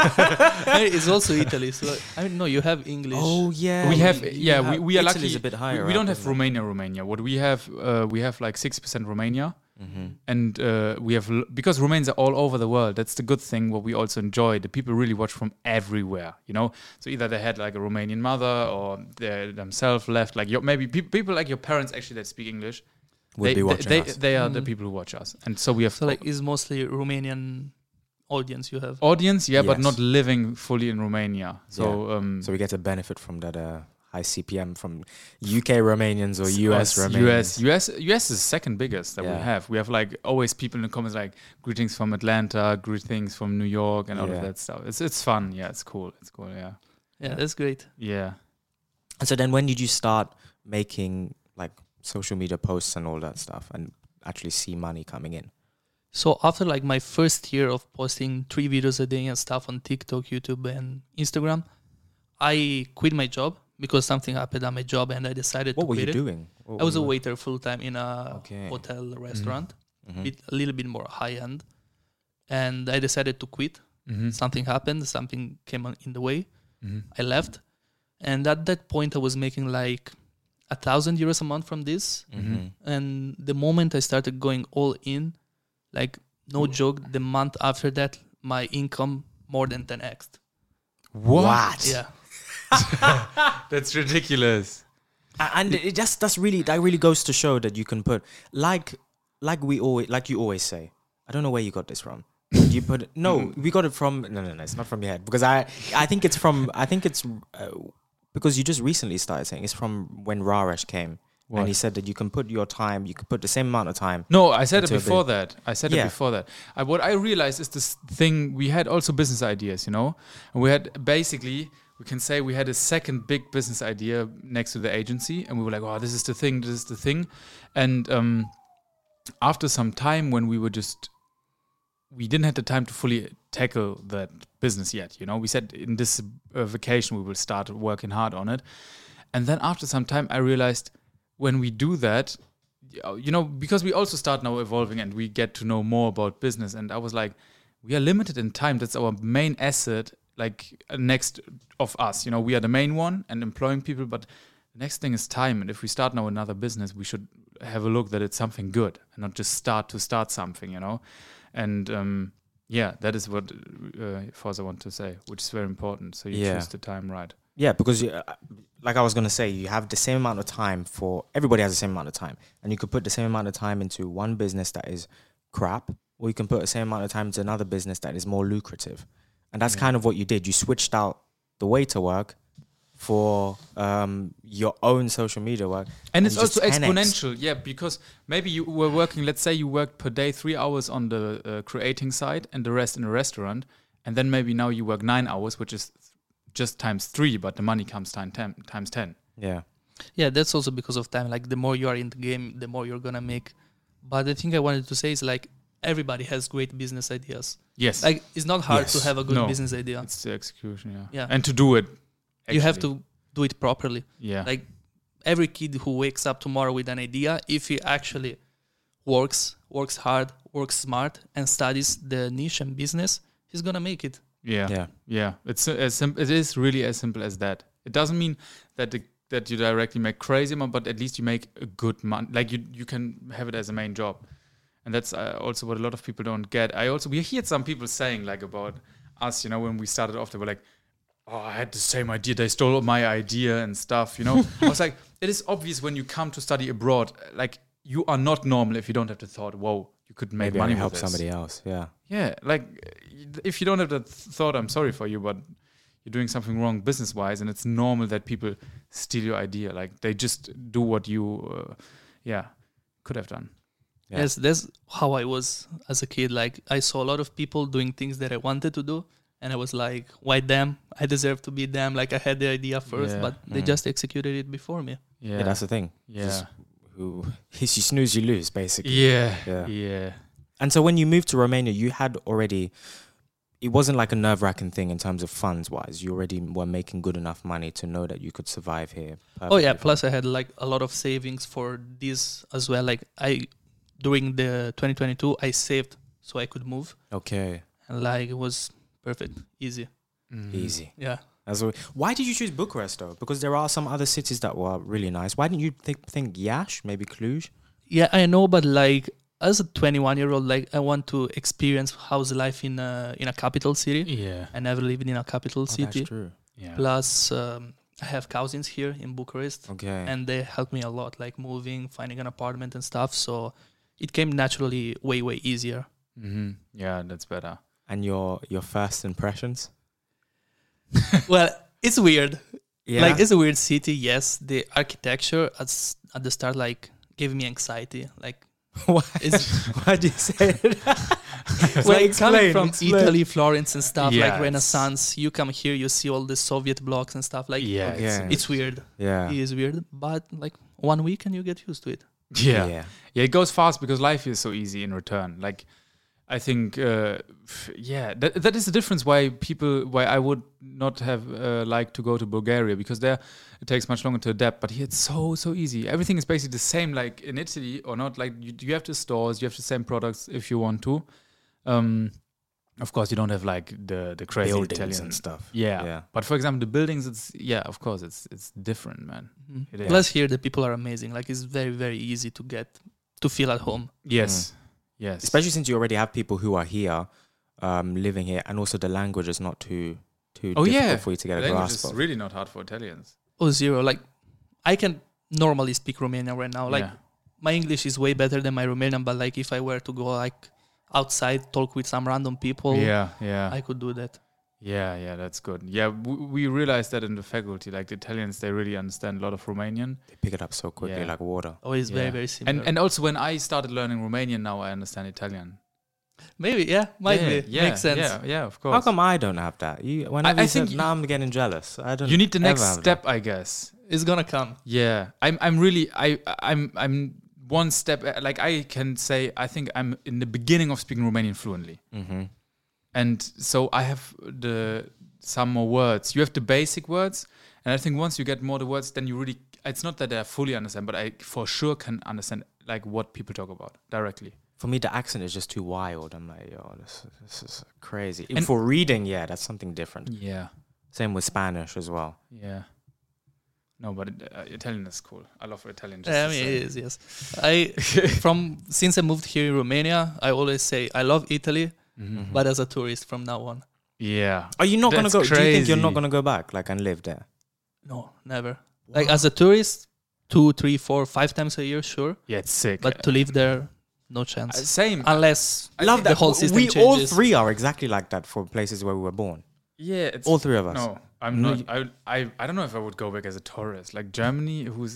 [SPEAKER 3] Hey, it's also Italy, so I know you have English.
[SPEAKER 2] oh yeah,
[SPEAKER 1] we
[SPEAKER 2] you-
[SPEAKER 1] have
[SPEAKER 2] you
[SPEAKER 1] yeah we, we are lucky
[SPEAKER 2] Italy's a bit
[SPEAKER 1] we-
[SPEAKER 2] higher.
[SPEAKER 1] we, don't have romania romania what we have uh, we have like 6% romania
[SPEAKER 2] Mm-hmm.
[SPEAKER 1] and uh, we have l- because Romanians are all over the world. That's the good thing. What we also enjoy, the people really watch from everywhere. You know, so either they had like a Romanian mother, or they themselves left. Like your, maybe peop people like your parents actually that speak English.
[SPEAKER 2] Would
[SPEAKER 1] they,
[SPEAKER 2] be watching
[SPEAKER 1] they,
[SPEAKER 2] us.
[SPEAKER 1] They, they are the
[SPEAKER 3] Mm.
[SPEAKER 1] people who watch us, and so we have
[SPEAKER 3] so like it's mostly Romanian audience you have.
[SPEAKER 1] audience, yeah, but
[SPEAKER 2] Yes.
[SPEAKER 1] not living fully in Romania. So um,
[SPEAKER 2] so we get a benefit from that uh, high CPM from UK Romanians or US
[SPEAKER 1] US, US,
[SPEAKER 2] Romanians.
[SPEAKER 1] US, US is second biggest that we
[SPEAKER 2] Yeah.
[SPEAKER 1] have. We have like always people in the comments like greetings from Atlanta, greetings from New York, and all
[SPEAKER 2] Yeah.
[SPEAKER 1] of that stuff. It's it's fun. Yeah, it's cool. It's cool. Yeah,
[SPEAKER 3] Yeah,
[SPEAKER 2] Yeah.
[SPEAKER 3] that's great.
[SPEAKER 1] yeah.
[SPEAKER 2] And so then when did you start making like social media posts and all that stuff and actually see money coming in?
[SPEAKER 3] So after like my first year of posting three videos a day and stuff on TikTok, YouTube, and Instagram, I quit my job because something happened at my job, and I decided
[SPEAKER 2] What
[SPEAKER 3] to
[SPEAKER 2] were you
[SPEAKER 3] quit it.
[SPEAKER 2] doing? What
[SPEAKER 3] I was a
[SPEAKER 2] were you-
[SPEAKER 3] waiter full time in a
[SPEAKER 2] Okay.
[SPEAKER 3] hotel restaurant,
[SPEAKER 2] Mhm.
[SPEAKER 3] bit, a little bit more high end, and I decided to quit.
[SPEAKER 1] Mm-hmm.
[SPEAKER 3] Something happened, something came on- in the way.
[SPEAKER 1] Mm-hmm.
[SPEAKER 3] I left, and at that point, I was making like a thousand euros a month from this.
[SPEAKER 2] Mhm.
[SPEAKER 3] And the moment I started going all in, like no joke, the month after that, my income more than 10x.
[SPEAKER 1] What?
[SPEAKER 3] Yeah,
[SPEAKER 1] That's ridiculous.
[SPEAKER 2] A- And it just that's really that really goes to show that you can put like like we always like you always say. I don't know where you got this from. You put no, we got it from no no no, it's not from your head because I I think it's from I think it's uh, because you just recently started saying it's from when Raresh came
[SPEAKER 1] What?
[SPEAKER 2] and he said that you can put your time, you can put the same amount of time
[SPEAKER 1] No, I said it
[SPEAKER 2] Into a bit-
[SPEAKER 1] before that. I said it
[SPEAKER 2] Yeah.
[SPEAKER 1] before that. I, what I realized is this thing we had also business ideas, you know, and we had basically we can say we had a second big business idea next to the agency, and we were like, oh, this is the thing, this is the thing, and um, after some time when we were just we didn't have the time to fully tackle that business yet, you know, we said in this uh, vacation we will start working hard on it, and then after some time I realized when we do that uh, you know, because we also start now evolving and we get to know more about business. And I was like, we are limited in time. That's our main asset, like uh, next of us. You know, we are the main one and employing people, but the next thing is time. And if we start now another business, we should have a look that it's something good and not just start to start something, you know? And, um, yeah, that is what uh, Fosa want to say, which is very important. So you
[SPEAKER 2] Yeah.
[SPEAKER 1] choose the time right.
[SPEAKER 2] Yeah, because you, uh, like I was gonna say, you have the same amount of time for everybody has the same amount of time, and you could put the same amount of time into one business that is crap, or you
[SPEAKER 1] Mm.
[SPEAKER 2] can put the same amount of time into another business that is more lucrative, and that's kind of what you did. You switched out the way to work for um, your own social media work.
[SPEAKER 1] And it's
[SPEAKER 2] you just
[SPEAKER 1] also
[SPEAKER 2] 10x.
[SPEAKER 1] exponential, yeah, because maybe you were working, let's say you worked per day three hours on the uh, creating side and the rest in a restaurant. And then maybe now you work nine hours, which is just times three, but the money comes time ten, times 10.
[SPEAKER 2] Yeah.
[SPEAKER 3] Yeah, that's also because of time. Like the more you are in the game, the more you're gonna make. But the thing I wanted to say is like everybody has great business ideas.
[SPEAKER 1] Yes.
[SPEAKER 3] Like it's not hard to
[SPEAKER 2] Yes.
[SPEAKER 3] have a good
[SPEAKER 1] No.
[SPEAKER 3] business idea.
[SPEAKER 1] it's the execution, yeah.
[SPEAKER 3] Yeah.
[SPEAKER 1] And to do it.
[SPEAKER 3] You have
[SPEAKER 1] actually.
[SPEAKER 3] to do it properly.
[SPEAKER 1] Yeah.
[SPEAKER 3] Like every kid who wakes up tomorrow with an idea, if he actually works, works hard, works smart, and studies the niche and business, he's gonna make it.
[SPEAKER 1] yeah.
[SPEAKER 2] Yeah.
[SPEAKER 1] Yeah, it's a- as sim- it is really as simple as that. It doesn't mean that the, that you directly make crazy amount, but at least you make a good money. Like you you can have it as a main job, and that's uh, also what a lot of people don't get. I also we heard some people saying like about us, you know, when we started off, they were like, "Oh, I had the same idea. They stole my idea and stuff." You know, I was like, it is obvious when you come to study abroad, like you are not normal if you don't have the thought, "Whoa, you could make
[SPEAKER 2] Maybe I
[SPEAKER 1] money
[SPEAKER 2] can help
[SPEAKER 1] with this."
[SPEAKER 2] somebody else. Yeah.
[SPEAKER 1] Yeah, like uh, if you don't have that th- thought, I'm sorry for you, but you're doing something wrong business wise, and it's normal that people steal your idea. Like they just do what you, uh, yeah, could have done.
[SPEAKER 2] Yeah.
[SPEAKER 3] Yes, that's how I was as a kid. Like I saw a lot of people doing things that I wanted to do, and I was like, "Why them? I deserve to be them." Like I had the idea first,
[SPEAKER 1] Yeah.
[SPEAKER 3] but they
[SPEAKER 2] Mm.
[SPEAKER 3] just executed it before me.
[SPEAKER 1] Yeah,
[SPEAKER 2] Yeah. that's the thing.
[SPEAKER 1] yeah,
[SPEAKER 2] just- Who if you snooze, you lose, basically.
[SPEAKER 1] yeah, yeah,
[SPEAKER 2] Yeah. And so when you moved to Romania, you had already. It wasn't like a nerve wracking thing in terms of funds wise. You already were making good enough money to know that you could survive here.
[SPEAKER 3] Oh yeah.
[SPEAKER 2] perfectly.
[SPEAKER 3] Plus, I had like a lot of savings for this as well. Like I, during the 2022, I saved so I could move,
[SPEAKER 2] Okay.
[SPEAKER 3] and like it was perfect, easy.
[SPEAKER 1] Mhm.
[SPEAKER 2] Easy.
[SPEAKER 3] Yeah.
[SPEAKER 2] That's what, why did you choose Bucharest though? Because there are some other cities that were really nice. Why didn't you think think Yash, maybe Cluj?
[SPEAKER 1] Oh,
[SPEAKER 3] Yeah, I know, but like as a 21 year old, like I want to experience how's life in a, in a capital city.
[SPEAKER 1] Yeah,
[SPEAKER 3] I never lived in a capital
[SPEAKER 2] Oh,
[SPEAKER 3] city.
[SPEAKER 2] true.
[SPEAKER 1] yeah,
[SPEAKER 3] Plus, um, I have cousins here in Bucharest,
[SPEAKER 2] Okay.
[SPEAKER 3] and they helped me a lot, like moving, finding an apartment and stuff. So it came naturally way way easier.
[SPEAKER 1] hmm yeah. That's better.
[SPEAKER 2] and your your first impressions?
[SPEAKER 3] well, it's weird.
[SPEAKER 2] Yeah.
[SPEAKER 3] Like it's a weird city. Yes, the architecture at s- at the start like gave me anxiety. Like
[SPEAKER 2] why,
[SPEAKER 3] it's
[SPEAKER 2] why do you say it? Like,
[SPEAKER 3] well, coming
[SPEAKER 2] explain,
[SPEAKER 3] from
[SPEAKER 2] explain.
[SPEAKER 3] Italy, Florence, and stuff
[SPEAKER 1] Yes.
[SPEAKER 3] like Renaissance. You come here, you see all the Soviet blocks and stuff. Like,
[SPEAKER 1] yeah,
[SPEAKER 2] okay.
[SPEAKER 3] it's weird.
[SPEAKER 2] Yeah.
[SPEAKER 3] It is weird, but like one week and you get used to it.
[SPEAKER 1] yeah. yeah it goes fast because life is so easy in return like i think uh, f- yeah that, that is the difference why people why i would not have uh, liked to go to bulgaria because there it takes much longer to adapt but here it's so so easy everything is basically the same like in italy or not like you, you have the stores you have the same products if you want to um of course you don't have like the the crazy
[SPEAKER 2] Buildings
[SPEAKER 1] italian
[SPEAKER 2] and stuff.
[SPEAKER 1] yeah.
[SPEAKER 2] Yeah.
[SPEAKER 1] but for example the buildings it's yeah of course it's it's different man It is.
[SPEAKER 3] Mm-hmm. Plus, here the people are amazing. Like, it's very very easy to get to feel at home.
[SPEAKER 1] yes Mm. yes
[SPEAKER 2] Especially since you already have people who are here, um, living here, and also the language is not too too
[SPEAKER 1] Oh,
[SPEAKER 2] difficult
[SPEAKER 1] yeah.
[SPEAKER 2] for you to get a
[SPEAKER 1] language
[SPEAKER 2] grasp
[SPEAKER 1] is
[SPEAKER 2] of.
[SPEAKER 1] really not hard for italians
[SPEAKER 3] Oh zero. Like, I can normally speak Romanian right now. Like,
[SPEAKER 1] Yeah.
[SPEAKER 3] my English is way better than my Romanian. But like, if I were to go like outside, talk with some random people,
[SPEAKER 1] yeah yeah
[SPEAKER 3] I could do that.
[SPEAKER 1] yeah yeah that's good yeah w- we realized that in the faculty like the italians they really understand a lot of romanian
[SPEAKER 2] They pick it up so quickly,
[SPEAKER 1] Yeah.
[SPEAKER 2] like water.
[SPEAKER 3] Oh, it's
[SPEAKER 1] Yeah.
[SPEAKER 3] very very similar.
[SPEAKER 1] and and also when i started learning romanian now i understand italian
[SPEAKER 3] maybe yeah, might
[SPEAKER 1] yeah,
[SPEAKER 3] be
[SPEAKER 1] yeah
[SPEAKER 3] makes sense.
[SPEAKER 1] yeah yeah of
[SPEAKER 2] How
[SPEAKER 1] course
[SPEAKER 2] come I don't have that? You, whenever
[SPEAKER 1] I
[SPEAKER 2] you
[SPEAKER 1] think
[SPEAKER 2] said,
[SPEAKER 1] you-
[SPEAKER 2] now I'm getting jealous. I don't.
[SPEAKER 1] you need the
[SPEAKER 2] ever
[SPEAKER 1] next
[SPEAKER 2] have that.
[SPEAKER 1] step i guess
[SPEAKER 3] It's gonna come.
[SPEAKER 1] yeah i'm i'm really i i'm i'm one step like i can say i think i'm in the beginning of speaking romanian fluently
[SPEAKER 2] Mhm.
[SPEAKER 1] and so I have the some more words. You have the basic words, and I think once you get more the words, then you really. It's not that I fully understand, but I for sure can understand like what people talk about directly.
[SPEAKER 2] For me, the accent is just too wild. I'm like, yo, this, this is crazy.
[SPEAKER 1] And-
[SPEAKER 2] for reading, yeah, that's something different.
[SPEAKER 1] Yeah,
[SPEAKER 2] Same with Spanish as well.
[SPEAKER 1] yeah. No, but it, uh, Italian is cool. I love Italian. Just
[SPEAKER 3] I
[SPEAKER 1] the
[SPEAKER 3] mean,
[SPEAKER 1] same.
[SPEAKER 3] it is yes. I from since I moved here in Romania, I always say I love Italy,
[SPEAKER 1] Mm-hmm.
[SPEAKER 3] but as a tourist from now on,
[SPEAKER 1] Yeah,
[SPEAKER 2] Mm-hmm. Are you not
[SPEAKER 1] That's
[SPEAKER 2] gonna go? Do you think you're
[SPEAKER 1] crazy.
[SPEAKER 2] not gonna go back, like and live there?
[SPEAKER 3] no, never. Like as a tourist, two, three, four, five times a year, sure,
[SPEAKER 1] yeah, it's sick.
[SPEAKER 3] but to live there, no chance.
[SPEAKER 1] Uh, same.
[SPEAKER 3] Unless
[SPEAKER 1] I Love think
[SPEAKER 3] the whole
[SPEAKER 2] W-
[SPEAKER 3] system
[SPEAKER 2] We
[SPEAKER 3] changes.
[SPEAKER 2] all three are exactly like that for places where we were born.
[SPEAKER 1] yeah, it's
[SPEAKER 2] All three of us.
[SPEAKER 1] No, I'm
[SPEAKER 2] No,
[SPEAKER 1] not. I, I I don't know if I would go back as a tourist. Like Germany, who's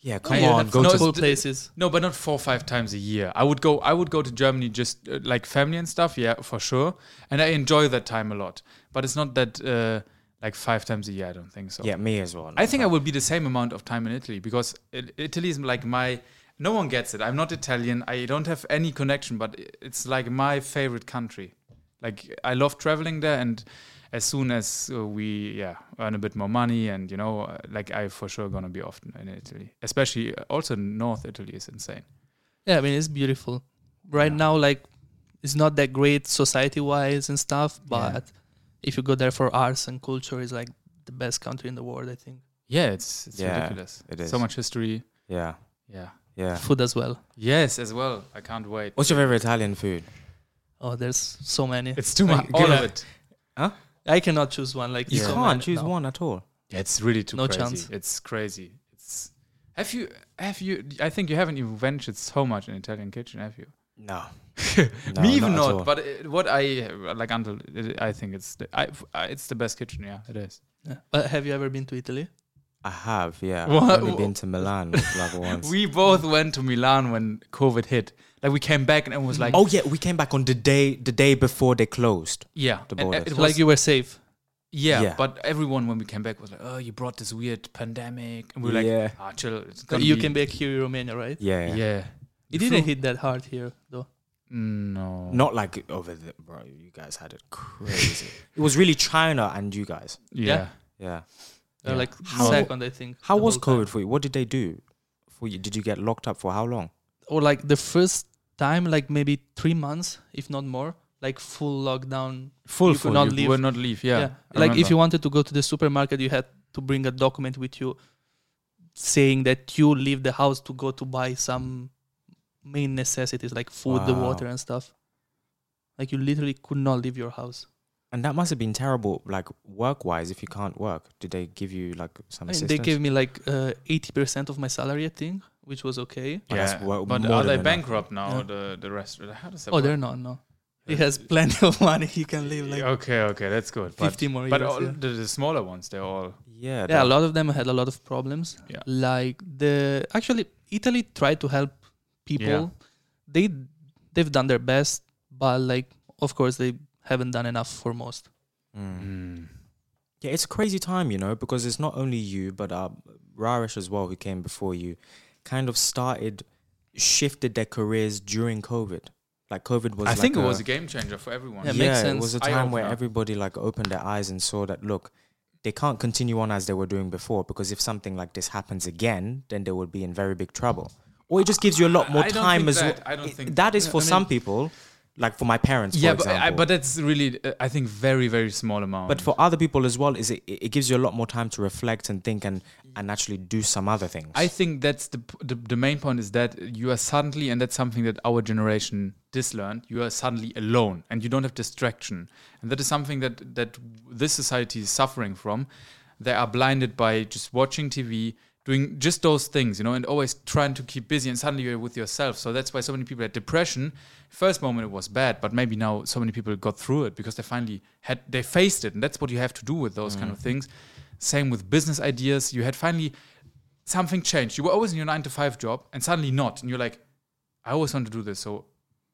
[SPEAKER 2] Yeah,
[SPEAKER 1] come
[SPEAKER 2] come
[SPEAKER 1] Yeah, on,
[SPEAKER 2] on,
[SPEAKER 1] that's-
[SPEAKER 2] go
[SPEAKER 1] no,
[SPEAKER 2] to
[SPEAKER 1] it's-
[SPEAKER 3] cool places.
[SPEAKER 1] no, but not four or five times a year. I would go. I would go to Germany just uh, like family and stuff. Yeah, for sure. And I enjoy that time a lot. But it's not that uh, like five times a year. I don't think so.
[SPEAKER 2] Yeah, me as well.
[SPEAKER 1] I think I will be the same amount of time in Italy because it, Italy is like my. No one gets it. I'm not Italian. I don't have any connection, but i- it's like my favorite country. Like I love traveling there, and as soon as uh, we yeah earn a bit more money, and you know, uh, like I for sure gonna be often in Italy, especially uh, also North Italy is insane.
[SPEAKER 3] Yeah, I mean it's beautiful. Right now, like it's not that great society-wise and stuff, but if you go there for arts and culture, it's like the best country in the world, I think.
[SPEAKER 1] Yeah, it's it's
[SPEAKER 2] Yeah,
[SPEAKER 1] ridiculous.
[SPEAKER 2] it
[SPEAKER 1] So
[SPEAKER 2] is.
[SPEAKER 1] much history.
[SPEAKER 2] Yeah,
[SPEAKER 1] Yeah.
[SPEAKER 2] yeah.
[SPEAKER 3] Food as well.
[SPEAKER 1] Yes, as well. I can't wait.
[SPEAKER 2] What's your favorite Italian food?
[SPEAKER 3] Oh, there's so many.
[SPEAKER 1] It's too much.
[SPEAKER 2] Like,
[SPEAKER 1] All
[SPEAKER 2] give
[SPEAKER 1] of
[SPEAKER 2] a-
[SPEAKER 1] it.
[SPEAKER 3] I cannot choose one. Like
[SPEAKER 2] You
[SPEAKER 3] so
[SPEAKER 2] can't
[SPEAKER 3] many.
[SPEAKER 2] choose
[SPEAKER 3] No.
[SPEAKER 2] one at all.
[SPEAKER 1] Yeah, it's really too
[SPEAKER 3] No
[SPEAKER 1] crazy.
[SPEAKER 3] chance.
[SPEAKER 1] It's crazy. It's have you have you I think you haven't even ventured so much in Italian kitchen, have you?
[SPEAKER 2] No,
[SPEAKER 1] Me even
[SPEAKER 2] at
[SPEAKER 1] not,
[SPEAKER 2] all.
[SPEAKER 1] but uh what I like until I think it's the I, I- it's the best kitchen, yeah, it is.
[SPEAKER 3] Yeah. But have you ever been to Italy?
[SPEAKER 2] I have. Yeah,
[SPEAKER 1] What-
[SPEAKER 2] I've only been to Milan like once.
[SPEAKER 1] We both went to Milan when COVID hit. Like we came back and it was like
[SPEAKER 2] oh yeah, we came back on the day the day before they closed.
[SPEAKER 1] yeah,
[SPEAKER 2] the
[SPEAKER 1] and uh,
[SPEAKER 2] borders.
[SPEAKER 1] it was,
[SPEAKER 3] like you were safe.
[SPEAKER 1] yeah,
[SPEAKER 2] Yeah.
[SPEAKER 1] but everyone when we came back was like, "Oh, you brought this weird pandemic." And we were like,
[SPEAKER 2] Yeah.
[SPEAKER 1] "Ah, chill, it's gonna
[SPEAKER 3] You
[SPEAKER 1] be-
[SPEAKER 3] came back here in Romania, right?
[SPEAKER 2] Yeah,
[SPEAKER 1] Yeah.
[SPEAKER 2] yeah.
[SPEAKER 3] It didn't hit that hard here, though.
[SPEAKER 1] No.
[SPEAKER 2] Not like over the bro. You guys had it crazy. it was really China and you guys.
[SPEAKER 1] yeah.
[SPEAKER 2] Yeah.
[SPEAKER 3] They're
[SPEAKER 1] Yeah.
[SPEAKER 3] Like
[SPEAKER 2] How-
[SPEAKER 3] second, I think.
[SPEAKER 2] How
[SPEAKER 3] the
[SPEAKER 2] was
[SPEAKER 3] whole time.
[SPEAKER 2] COVID for you? What did they do for you? Did you get locked up for how long?
[SPEAKER 3] or like the first time, like maybe three months, if not more, like full lockdown.
[SPEAKER 1] Full
[SPEAKER 3] You could not
[SPEAKER 1] you
[SPEAKER 3] leave.
[SPEAKER 1] would not leave, yeah. I
[SPEAKER 3] Like if
[SPEAKER 1] remember.
[SPEAKER 3] you wanted to go to the supermarket, you had to bring a document with you saying that you leave the house to go to buy some main necessities like food, the
[SPEAKER 2] Wow.
[SPEAKER 3] water, and stuff. Like you literally could not leave your house.
[SPEAKER 2] And that must have been terrible, like work wise. If you can't work, did they give you like some
[SPEAKER 3] I mean,
[SPEAKER 2] assistance?
[SPEAKER 3] they gave me like uh, eighty percent of my salary, I think, which was okay.
[SPEAKER 2] Oh, that's wo-
[SPEAKER 1] but
[SPEAKER 2] more
[SPEAKER 1] are
[SPEAKER 2] than
[SPEAKER 1] they
[SPEAKER 2] enough.
[SPEAKER 1] bankrupt now?
[SPEAKER 3] Yeah.
[SPEAKER 1] The the restaurant. How does that
[SPEAKER 3] Oh,
[SPEAKER 1] work?
[SPEAKER 3] they're not. No, he has plenty of money. He can live like
[SPEAKER 1] okay, okay, that's good. But,
[SPEAKER 3] fifty more
[SPEAKER 1] but
[SPEAKER 3] years.
[SPEAKER 1] all
[SPEAKER 3] yeah.
[SPEAKER 1] the, the smaller ones, they're all
[SPEAKER 2] Yeah,
[SPEAKER 3] yeah a
[SPEAKER 2] that-
[SPEAKER 3] lot of them had a lot of problems
[SPEAKER 1] Yeah.
[SPEAKER 3] like the actually italy tried to help people
[SPEAKER 1] Yeah.
[SPEAKER 3] they they've done their best but like of course they haven't done enough for most
[SPEAKER 2] Mm. Yeah, it's a crazy time, you know, because it's not only you, but uh, Rarish as well, who came before you, kind of started, shifted their careers during COVID. Like COVID was.
[SPEAKER 1] I
[SPEAKER 2] like
[SPEAKER 1] think it
[SPEAKER 2] a-
[SPEAKER 1] was a game changer for everyone.
[SPEAKER 3] Yeah,
[SPEAKER 2] yeah,
[SPEAKER 3] it makes
[SPEAKER 2] it was a
[SPEAKER 1] sense.
[SPEAKER 2] time where
[SPEAKER 1] Eye-opener.
[SPEAKER 2] everybody like opened their eyes and saw that look, they can't continue on as they were doing before because if something like this happens again, then they would be in very big trouble. Or it just gives you a lot
[SPEAKER 1] I-
[SPEAKER 2] more
[SPEAKER 1] I don't
[SPEAKER 2] time
[SPEAKER 1] think
[SPEAKER 2] as
[SPEAKER 1] that-
[SPEAKER 2] well.
[SPEAKER 1] I don't
[SPEAKER 2] It-
[SPEAKER 1] think
[SPEAKER 2] that is for
[SPEAKER 3] I mean-
[SPEAKER 2] some people, like for my parents,
[SPEAKER 1] yeah,
[SPEAKER 2] for
[SPEAKER 1] but
[SPEAKER 2] example.
[SPEAKER 1] I, but that's really uh, I think very very small amount.
[SPEAKER 2] But for other people as well, is it, it it gives you a lot more time to reflect and think and, and actually do some other things.
[SPEAKER 1] I think that's the, p- the the main point is that you are suddenly, and that's something that our generation dislearned. You are suddenly alone, and you don't have distraction, and that is something that that this society is suffering from. They are blinded by just watching TV, doing just those things, you know, and always trying to keep busy. And suddenly you're with yourself. So that's why so many people had depression. First moment it was bad, but maybe now so many people got through it because they finally had they faced it, and that's what you have to do with those kind of things. Same with business ideas. You had finally something changed. You were always in your nine to five job, and suddenly not. And you're like, I always want to do this, so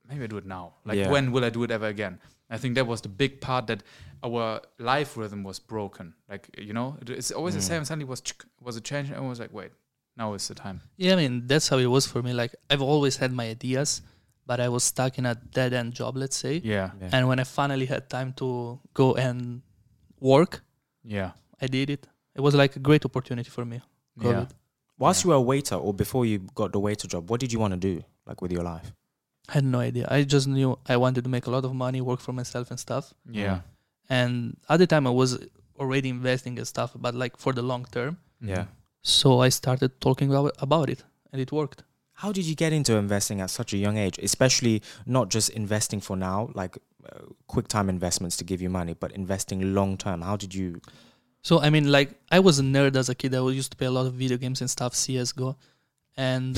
[SPEAKER 1] maybe I do it now. Like,
[SPEAKER 2] Yeah.
[SPEAKER 1] when will I do it ever again? I think that was the big part that our life rhythm was broken. Like, you know, it- it's always
[SPEAKER 2] Mm.
[SPEAKER 1] the same. And suddenly was tsk, was a change, and I was like, wait, now is the time.
[SPEAKER 3] yeah i mean that's how it was for me like i've always had my ideas but i was stuck in a dead end job let's say
[SPEAKER 1] Yeah,
[SPEAKER 2] Yeah.
[SPEAKER 3] and when i finally had time to go and work
[SPEAKER 1] yeah,
[SPEAKER 3] i did it it was like a great opportunity for me
[SPEAKER 1] yeah.
[SPEAKER 3] COVID.
[SPEAKER 2] Whilst you were a waiter or before you got the waiter job, what did you want to do like with your life?
[SPEAKER 3] i had no idea i just knew i wanted to make a lot of money work for myself and stuff
[SPEAKER 1] Yeah.
[SPEAKER 3] and at the time i was already investing and stuff but like for the long term
[SPEAKER 1] Mm-hmm.
[SPEAKER 2] Yeah.
[SPEAKER 3] so i started talking about, about it and it worked
[SPEAKER 2] How did you get into investing at such a young age, especially not just investing for now, like uh, quick time investments to give you money, but investing long term? How did you?
[SPEAKER 3] so i mean like i was a nerd as a kid i was used to play a lot of video games and stuff csgo and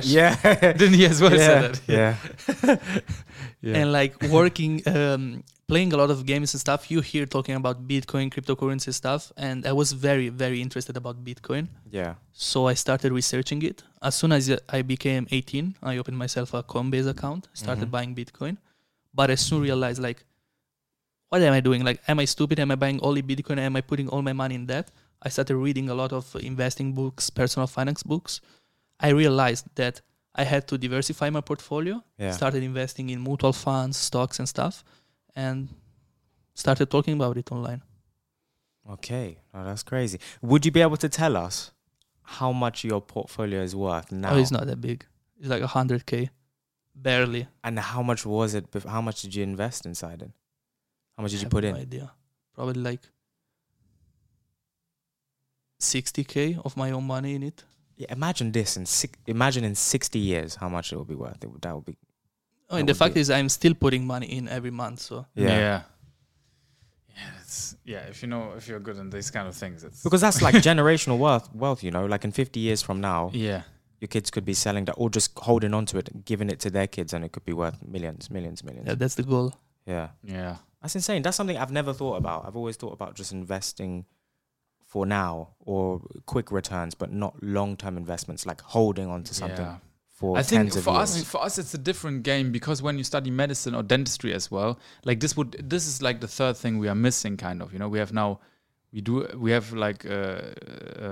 [SPEAKER 2] Yeah.
[SPEAKER 1] Didn't he as well say
[SPEAKER 2] yeah.
[SPEAKER 1] that?
[SPEAKER 2] yeah.
[SPEAKER 1] Yeah.
[SPEAKER 3] and like working um, playing a lot of games and stuff you hear talking about bitcoin cryptocurrency stuff and i was very very interested about bitcoin
[SPEAKER 2] Yeah.
[SPEAKER 3] so i started researching it as soon as i became 18 i opened myself a coinbase account started
[SPEAKER 2] Mhm.
[SPEAKER 3] buying bitcoin but i soon realized like what am i doing like am i stupid am i buying only bitcoin am i putting all my money in that i started reading a lot of investing books personal finance books i realized that i had to diversify my portfolio
[SPEAKER 2] Yeah.
[SPEAKER 3] started investing in mutual funds, stocks, and stuff, and started talking about it online.
[SPEAKER 2] Okay. Oh, that's crazy. Would you be able to tell us how much your portfolio is worth now?
[SPEAKER 3] Oh, it's not that big. It's like 100k, barely.
[SPEAKER 2] And how much was it? Bef- how much did you invest inside it? How much did
[SPEAKER 3] I
[SPEAKER 2] you
[SPEAKER 3] have
[SPEAKER 2] put
[SPEAKER 3] no
[SPEAKER 2] in?
[SPEAKER 3] Idea. Probably like 60k of my own money in it.
[SPEAKER 2] Yeah, imagine this in six, imagine in sixty years how much it would be worth. It would, that would be
[SPEAKER 3] Oh,
[SPEAKER 2] That
[SPEAKER 3] and the
[SPEAKER 2] would
[SPEAKER 3] fact
[SPEAKER 2] be-
[SPEAKER 3] is, I'm still putting money in every month. So
[SPEAKER 1] Yeah.
[SPEAKER 2] yeah.
[SPEAKER 1] Yeah. it's, yeah. If you know, if you're good in these kind of things, it's
[SPEAKER 2] Because that's like generational wealth, wealth, you know. Like in fifty years from now,
[SPEAKER 1] yeah,
[SPEAKER 2] your kids could be selling that, or just holding on to it, and giving it to their kids, and it could be worth millions, millions, millions.
[SPEAKER 3] yeah, that's the goal.
[SPEAKER 2] yeah.
[SPEAKER 1] yeah.
[SPEAKER 2] That's insane. That's something I've never thought about. I've always thought about just investing for now or quick returns, but not long term investments, like holding on to something
[SPEAKER 1] Yeah.
[SPEAKER 2] for
[SPEAKER 1] I think
[SPEAKER 2] tens of
[SPEAKER 1] for
[SPEAKER 2] years.
[SPEAKER 1] us, for us, it's a different game because when you study medicine or dentistry as well, like this would, this is like the third thing we are missing, kind of. You know, we have now, we do, we have like a,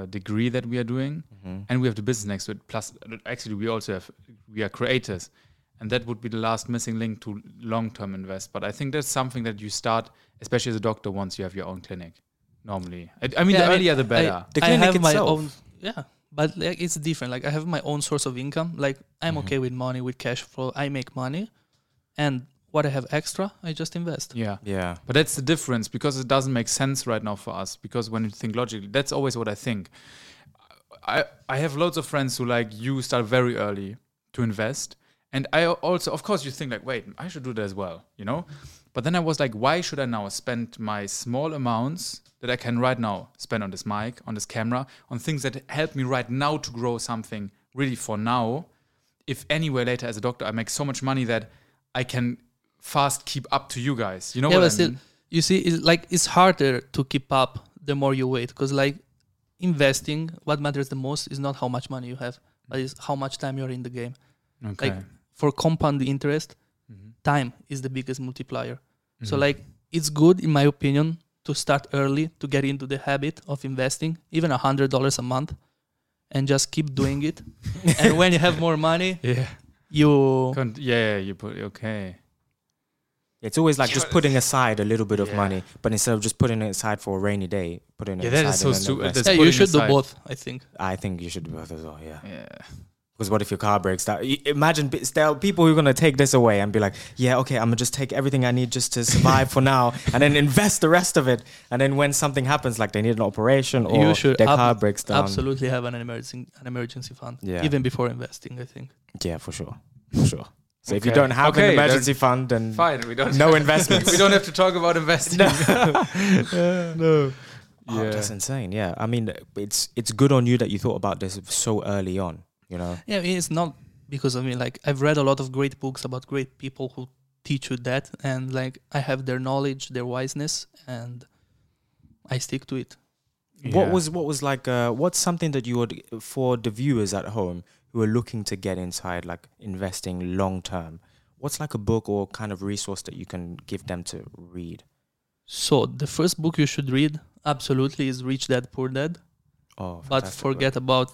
[SPEAKER 1] a degree that we are doing,
[SPEAKER 2] Mm-hmm.
[SPEAKER 1] and we have the business next to it. Plus, actually, we also have, we are creators, and that would be the last missing link to long-term invest. But I think that's something that you start, especially as a doctor, once you have your own clinic. Normally, I, I mean,
[SPEAKER 3] Yeah, I
[SPEAKER 1] the
[SPEAKER 3] mean,
[SPEAKER 1] earlier the
[SPEAKER 3] I-
[SPEAKER 1] better.
[SPEAKER 2] The
[SPEAKER 3] I
[SPEAKER 2] clinic
[SPEAKER 3] have my
[SPEAKER 2] itself.
[SPEAKER 3] own. Yeah, but like it's different. Like I have my own source of income. Like I'm
[SPEAKER 2] Mm-hmm.
[SPEAKER 3] okay with money, with cash flow. I make money, and what I have extra, I just invest.
[SPEAKER 1] yeah.
[SPEAKER 2] yeah.
[SPEAKER 1] But that's the difference because it doesn't make sense right now for us. Because when you think logically, that's always what I think. I I have loads of friends who like you start very early to invest, and I also of course you think like wait I should do that as well, you know. But then I was like, why should I now spend my small amounts that I can right now spend on this mic, on this camera, on things that help me right now to grow something really for now? If anywhere later as a doctor I make so much money that I can fast keep up to you guys, you know
[SPEAKER 3] yeah,
[SPEAKER 1] what I
[SPEAKER 3] but still,
[SPEAKER 1] mean?
[SPEAKER 3] you see, it's like it's harder to keep up the more you wait because like investing, what matters the most is not how much money you have, but is how much time you're in the game.
[SPEAKER 1] Okay. Mm-hmm.
[SPEAKER 3] Like for compound interest, time is the biggest multiplier. So like it's good in my opinion to start early to get into the habit of investing even a hundred dollars a month and just keep doing it. and when you have more money,
[SPEAKER 1] yeah.
[SPEAKER 3] you
[SPEAKER 1] Con- yeah, you put okay.
[SPEAKER 2] It's always like just putting aside a little bit of
[SPEAKER 1] Yeah.
[SPEAKER 2] money, but instead of just putting it aside for a rainy day, putting it
[SPEAKER 1] Yeah,
[SPEAKER 2] aside.
[SPEAKER 1] that is
[SPEAKER 2] in
[SPEAKER 1] so
[SPEAKER 2] an
[SPEAKER 1] stupid.
[SPEAKER 2] investment.
[SPEAKER 1] That's
[SPEAKER 3] yeah, you
[SPEAKER 1] putting
[SPEAKER 3] should
[SPEAKER 1] aside.
[SPEAKER 3] do both, I think.
[SPEAKER 2] I think you should do both as well, yeah.
[SPEAKER 1] Yeah.
[SPEAKER 2] Because what if your car breaks down? Y- Imagine b- there are people who are going to take this away and be like, yeah, okay, I'm going to just take everything I need just to survive for now and then invest the rest of it. And then when something happens, like they need an operation or
[SPEAKER 3] you should
[SPEAKER 2] their
[SPEAKER 3] ab-
[SPEAKER 2] car breaks down.
[SPEAKER 3] absolutely have an emergency an emergency fund
[SPEAKER 2] Yeah.
[SPEAKER 3] even before investing i think
[SPEAKER 2] Yeah, for sure. For sure. So if you
[SPEAKER 1] Okay.
[SPEAKER 2] don't have
[SPEAKER 1] Okay,
[SPEAKER 2] an
[SPEAKER 1] then-
[SPEAKER 2] emergency fund, then
[SPEAKER 1] Fine, we don't
[SPEAKER 2] no investments.
[SPEAKER 1] we don't have to talk about investing.
[SPEAKER 2] no. Oh,
[SPEAKER 1] Yeah.
[SPEAKER 2] That's insane. Yeah. I mean, it's it's good on you that you thought about this so early on, you know?
[SPEAKER 3] yeah I mean, it's not because i mean like i've read a lot of great books about great people who teach you that and like i have their knowledge their wiseness and i stick to it
[SPEAKER 2] What
[SPEAKER 1] Yeah.
[SPEAKER 2] was what was like? Uh, what's something that you would for the viewers at home who are looking to get inside, like investing long term? What's like a book or kind of resource that you can give them to read?
[SPEAKER 3] so the first book you should read absolutely is rich dad poor dad
[SPEAKER 2] Oh,
[SPEAKER 3] but
[SPEAKER 2] fantastic book.
[SPEAKER 3] forget about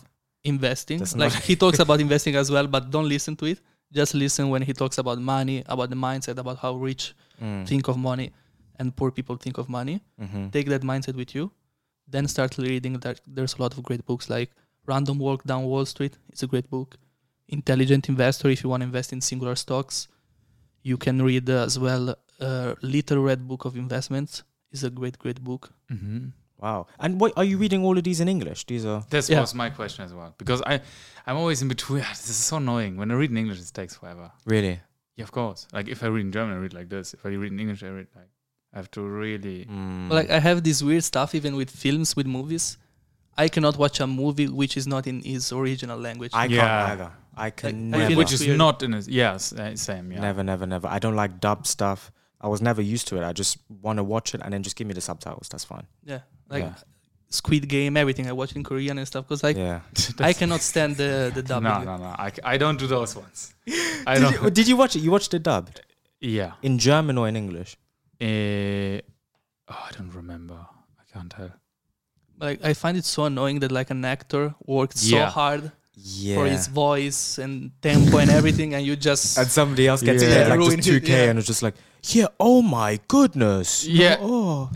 [SPEAKER 3] investing
[SPEAKER 2] That's
[SPEAKER 3] like
[SPEAKER 2] not-
[SPEAKER 3] he talks about investing as well but don't listen to it just listen when he talks about money about the mindset about how rich
[SPEAKER 2] Mm.
[SPEAKER 3] think of money and poor people think of money
[SPEAKER 2] Mhm.
[SPEAKER 3] take that mindset with you then start reading that there's a lot of great books like random walk down wall street it's a great book intelligent investor if you want to invest in singular stocks you can read uh, as well uh, little red book of investments is a great great book
[SPEAKER 1] Mhm.
[SPEAKER 2] Wow. And what are you reading? All of these in English? These are
[SPEAKER 1] This
[SPEAKER 3] Yeah.
[SPEAKER 1] was my question as well because I, I'm always in between. This is so annoying. When I read in English, it takes forever.
[SPEAKER 2] really.
[SPEAKER 1] Yeah, of course. Like if I read in German, I read like this. If I read in English, I read like I have to really.
[SPEAKER 2] Mm.
[SPEAKER 3] like i have this weird stuff even with films with movies I cannot watch a movie which is not in his original language.
[SPEAKER 2] I
[SPEAKER 1] Yeah.
[SPEAKER 2] can't either. I can
[SPEAKER 3] I
[SPEAKER 1] Yeah,
[SPEAKER 2] never.
[SPEAKER 3] feel
[SPEAKER 1] which
[SPEAKER 3] it's
[SPEAKER 1] is
[SPEAKER 3] weird.
[SPEAKER 1] not in a yes uh, same yeah
[SPEAKER 2] Never, never, never. I don't like dub stuff. I was never used to it. I just want to watch it and then just give me the subtitles. That's fine.
[SPEAKER 3] Yeah, like
[SPEAKER 2] Yeah.
[SPEAKER 3] Squid Game, everything I watch in Korean and stuff because I
[SPEAKER 2] yeah.
[SPEAKER 3] I cannot stand the the
[SPEAKER 1] no
[SPEAKER 3] dubbing.
[SPEAKER 1] no no I, c- I don't do those ones I
[SPEAKER 2] Did you,
[SPEAKER 1] don't
[SPEAKER 2] did you watch it? You watched it dubbed
[SPEAKER 1] yeah
[SPEAKER 2] in German or in English?
[SPEAKER 1] Eh, oh, I don't remember I can't tell
[SPEAKER 3] Like I find it so annoying that like an actor worked
[SPEAKER 1] Yeah.
[SPEAKER 3] so hard
[SPEAKER 2] Yeah.
[SPEAKER 3] for his voice and tempo and everything, and you just
[SPEAKER 2] and somebody else gets
[SPEAKER 1] Yeah.
[SPEAKER 2] paid like
[SPEAKER 3] Ruined
[SPEAKER 2] just
[SPEAKER 3] it,
[SPEAKER 2] 2K
[SPEAKER 3] yeah.
[SPEAKER 2] and it's just like, yeah, oh my goodness.
[SPEAKER 1] Yeah.
[SPEAKER 2] Oh.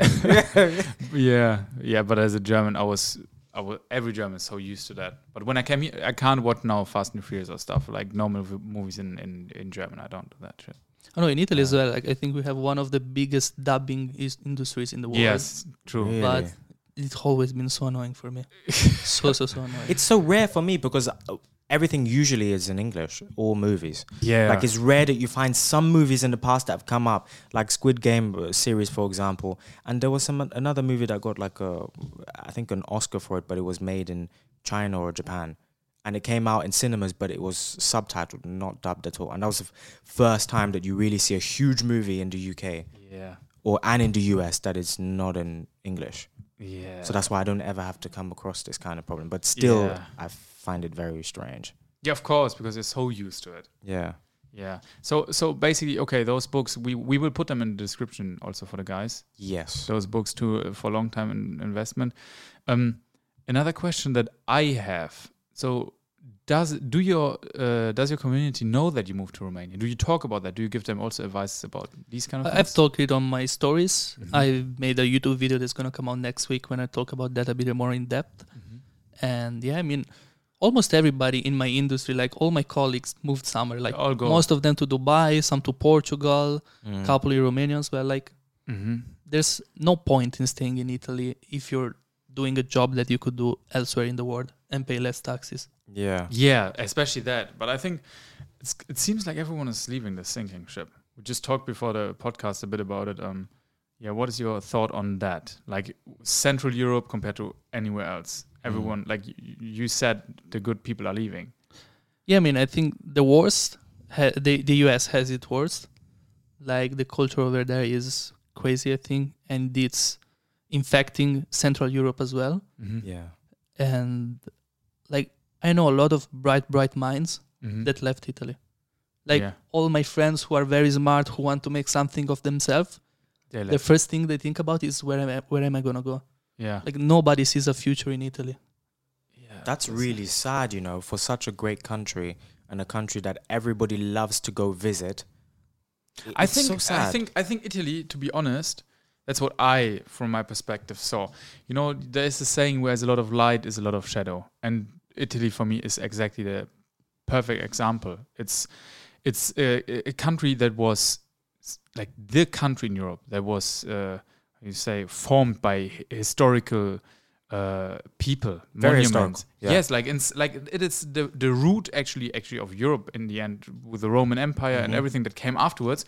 [SPEAKER 1] yeah yeah but as a German I was I was every German is so used to that but when I came here I can't watch now Fast and Furious or stuff like normal v- movies in in in German I don't do that shit
[SPEAKER 3] oh no, in Italy as well. Like I think we have one of the biggest dubbing is- industries in the world.
[SPEAKER 1] yes true
[SPEAKER 2] Yeah.
[SPEAKER 3] but
[SPEAKER 2] Really?
[SPEAKER 3] it's always been so annoying for me. so so so annoying.
[SPEAKER 2] It's so rare for me because uh, everything usually is in English, all movies.
[SPEAKER 1] yeah
[SPEAKER 2] Like it's rare that you find some movies in the past that have come up, like Squid Game uh, series, for example. And there was some another movie that got like a, I think an Oscar for it, but it was made in China or Japan, and it came out in cinemas, but it was subtitled, not dubbed at all. And that was the f- first time that you really see a huge movie in the UK
[SPEAKER 1] yeah
[SPEAKER 2] or and in the US that is not in English.
[SPEAKER 1] yeah
[SPEAKER 2] So that's why I don't ever have to come across this kind of problem. But still,
[SPEAKER 1] Yeah.
[SPEAKER 2] I find it very strange.
[SPEAKER 1] yeah of course because you're so used to it
[SPEAKER 2] Yeah.
[SPEAKER 1] Yeah. So so basically, okay, those books we we will put them in the description also for the guys.
[SPEAKER 2] Yes.
[SPEAKER 1] Those books too uh, for long time in investment. Um, another question that I have. So does do your uh, does your community know that you moved to Romania? Do you talk about that? Do you give them also advice about these kind of?
[SPEAKER 3] I-
[SPEAKER 1] things?
[SPEAKER 3] I've talked it on my stories.
[SPEAKER 1] Mm-hmm.
[SPEAKER 3] I made a YouTube video that's gonna come out next week when I talk about that a bit more in depth.
[SPEAKER 1] Mm-hmm.
[SPEAKER 3] And yeah, I mean, almost everybody in my industry, like all my colleagues, moved somewhere. Like
[SPEAKER 1] all Oh, go. Mm.
[SPEAKER 3] most of them to Dubai, some to Portugal, couple of Romanians. Where like
[SPEAKER 1] Mhm.
[SPEAKER 3] there's no point in staying in Italy if you're doing a job that you could do elsewhere in the world and pay less taxes.
[SPEAKER 2] Yeah.
[SPEAKER 1] Yeah, especially that. But I think it's, it seems like everyone is leaving the sinking ship. We just talked before the podcast a bit about it. Um, yeah, what is your thought on that? Like Central Europe compared to anywhere else,
[SPEAKER 2] Mm-hmm.
[SPEAKER 1] everyone like you, you said, the good people are leaving.
[SPEAKER 3] Yeah, I mean, I think the worst, ha- the the US has it worst. Like the culture over there is crazy, I think, and it's infecting Central Europe as well.
[SPEAKER 1] Mm.
[SPEAKER 2] Yeah.
[SPEAKER 3] And like I know a lot of bright, bright minds
[SPEAKER 1] Mhm.
[SPEAKER 3] that left Italy. Like
[SPEAKER 1] Yeah.
[SPEAKER 3] all my friends who are very smart, who want to make something of themselves,
[SPEAKER 1] They
[SPEAKER 3] the
[SPEAKER 1] left.
[SPEAKER 3] first thing they think about is where am I, where am I gonna go?
[SPEAKER 1] yeah,
[SPEAKER 3] Like nobody sees a future in Italy.
[SPEAKER 1] yeah,
[SPEAKER 2] That's really sad, you know, for such a great country and a country that everybody loves to go visit. I-
[SPEAKER 1] I
[SPEAKER 2] it's
[SPEAKER 1] think
[SPEAKER 2] so sad.
[SPEAKER 1] I think I think Italy, to be honest, that's what I, from my perspective, saw. You know, there is a saying where there's a lot of light is a lot of shadow, and Italy for me is exactly the perfect example. It's it's a, a country that was s- like the country in Europe that was uh, how you say formed by hi- historical uh, people,
[SPEAKER 2] Very
[SPEAKER 1] monuments.
[SPEAKER 2] historical, yeah.
[SPEAKER 1] Yes, like it's like it is the the root actually actually of Europe in the end with the Roman Empire and
[SPEAKER 2] Mhm.
[SPEAKER 1] everything that came afterwards.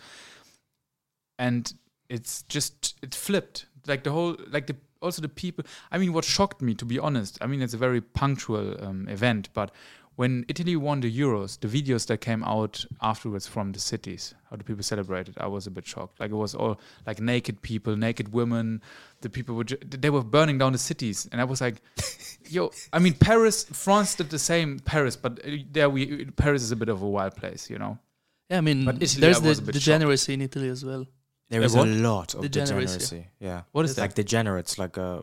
[SPEAKER 1] And it's just it flipped like the whole like the also the people. I mean, what shocked me to be honest. I mean, it's a very punctual um, event, but when Italy won the Euros, the videos that came out afterwards from the cities, how the people celebrated, I was a bit shocked. Like it was all like naked people, naked women. The people were ju- they were burning down the cities, and I was like, "Yo, I mean, Paris, France did the same, Paris, but uh, there we Paris is a bit of a wild place, you know."
[SPEAKER 3] Yeah, I mean,
[SPEAKER 1] But Italy,
[SPEAKER 3] there's
[SPEAKER 1] I was
[SPEAKER 3] the
[SPEAKER 1] a bit shocked.
[SPEAKER 3] degeneracy in Italy as well.
[SPEAKER 2] there
[SPEAKER 1] Uh,
[SPEAKER 2] is
[SPEAKER 1] what?
[SPEAKER 2] a lot of
[SPEAKER 3] Degeneracy.
[SPEAKER 2] degeneracy. Yeah.
[SPEAKER 1] What is
[SPEAKER 2] It's like degenerates, like uh,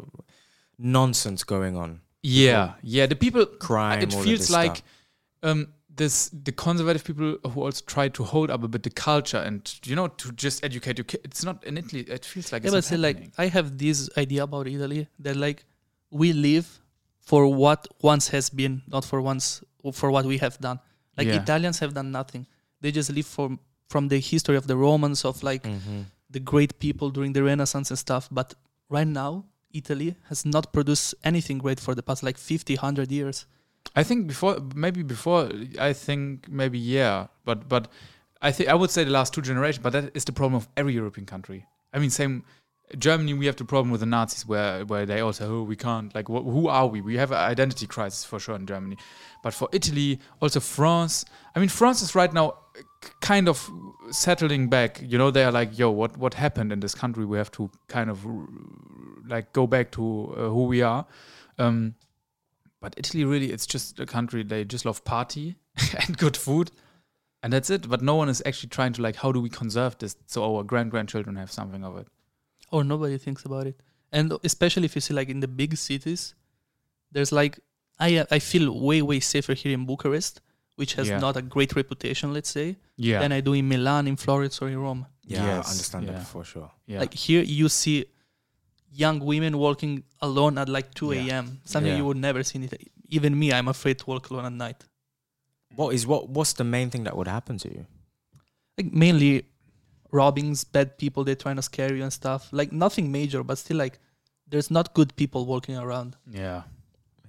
[SPEAKER 2] nonsense going on.
[SPEAKER 1] Yeah, yeah. The people
[SPEAKER 2] Crime,
[SPEAKER 1] It
[SPEAKER 2] all of
[SPEAKER 1] feels
[SPEAKER 2] this
[SPEAKER 1] like
[SPEAKER 2] stuff.
[SPEAKER 1] um, this the conservative people who also try to hold up a bit the culture and you know to just educate your kids. It's not in Italy. It feels like
[SPEAKER 3] Yeah,
[SPEAKER 1] it's not
[SPEAKER 3] but say like
[SPEAKER 1] happening.
[SPEAKER 3] I have this idea about Italy that like we live for what once has been, not for once for what we have done. Like
[SPEAKER 1] Yeah.
[SPEAKER 3] Italians have done nothing; they just live from from the history of the Romans, of like
[SPEAKER 1] Mm.
[SPEAKER 2] Mm-hmm.
[SPEAKER 3] the great people during the Renaissance and stuff. But right now, Italy has not produced anything great for the past like 50, 100 years.
[SPEAKER 1] I think before maybe before I think maybe yeah, but but I think I would say the last two generations. But that is the problem of every European country. I mean, same Germany, we have the problem with the Nazis, where where they also oh, we can't like wh- who are we? We have an identity crisis for sure in Germany, but for Italy, also France. I mean, France is right now k- kind of settling back. You know, they are like, yo, what what happened in this country? We have to kind of r- like go back to uh, who we are. Um, but Italy, really, it's just a country they just love party and good food, and that's it. But no one is actually trying to like, how do we conserve this so our grand grandchildren have something of it?
[SPEAKER 3] or nobody thinks about it. And especially if you see like in the big cities, there's like I I feel way way safer here in Bucharest, which has
[SPEAKER 1] Yeah.
[SPEAKER 3] not a great reputation, let's say,
[SPEAKER 1] Yeah,
[SPEAKER 3] than I do in Milan, in Florence, or in Rome.
[SPEAKER 2] Yeah,
[SPEAKER 1] Yes,
[SPEAKER 2] I understand
[SPEAKER 1] yeah.
[SPEAKER 2] that for sure.
[SPEAKER 1] yeah.
[SPEAKER 3] Like here, you see young women walking alone at like 2
[SPEAKER 1] Yeah.
[SPEAKER 3] a.m. Something
[SPEAKER 2] Yeah.
[SPEAKER 3] you would never see. in Italy. Even me, I'm afraid to walk alone at night.
[SPEAKER 2] What is what? What's the main thing that would happen to you?
[SPEAKER 3] Like mainly robbings, bad people. They're trying to scare you and stuff. Like nothing major, but still like there's not good people walking around.
[SPEAKER 1] Yeah,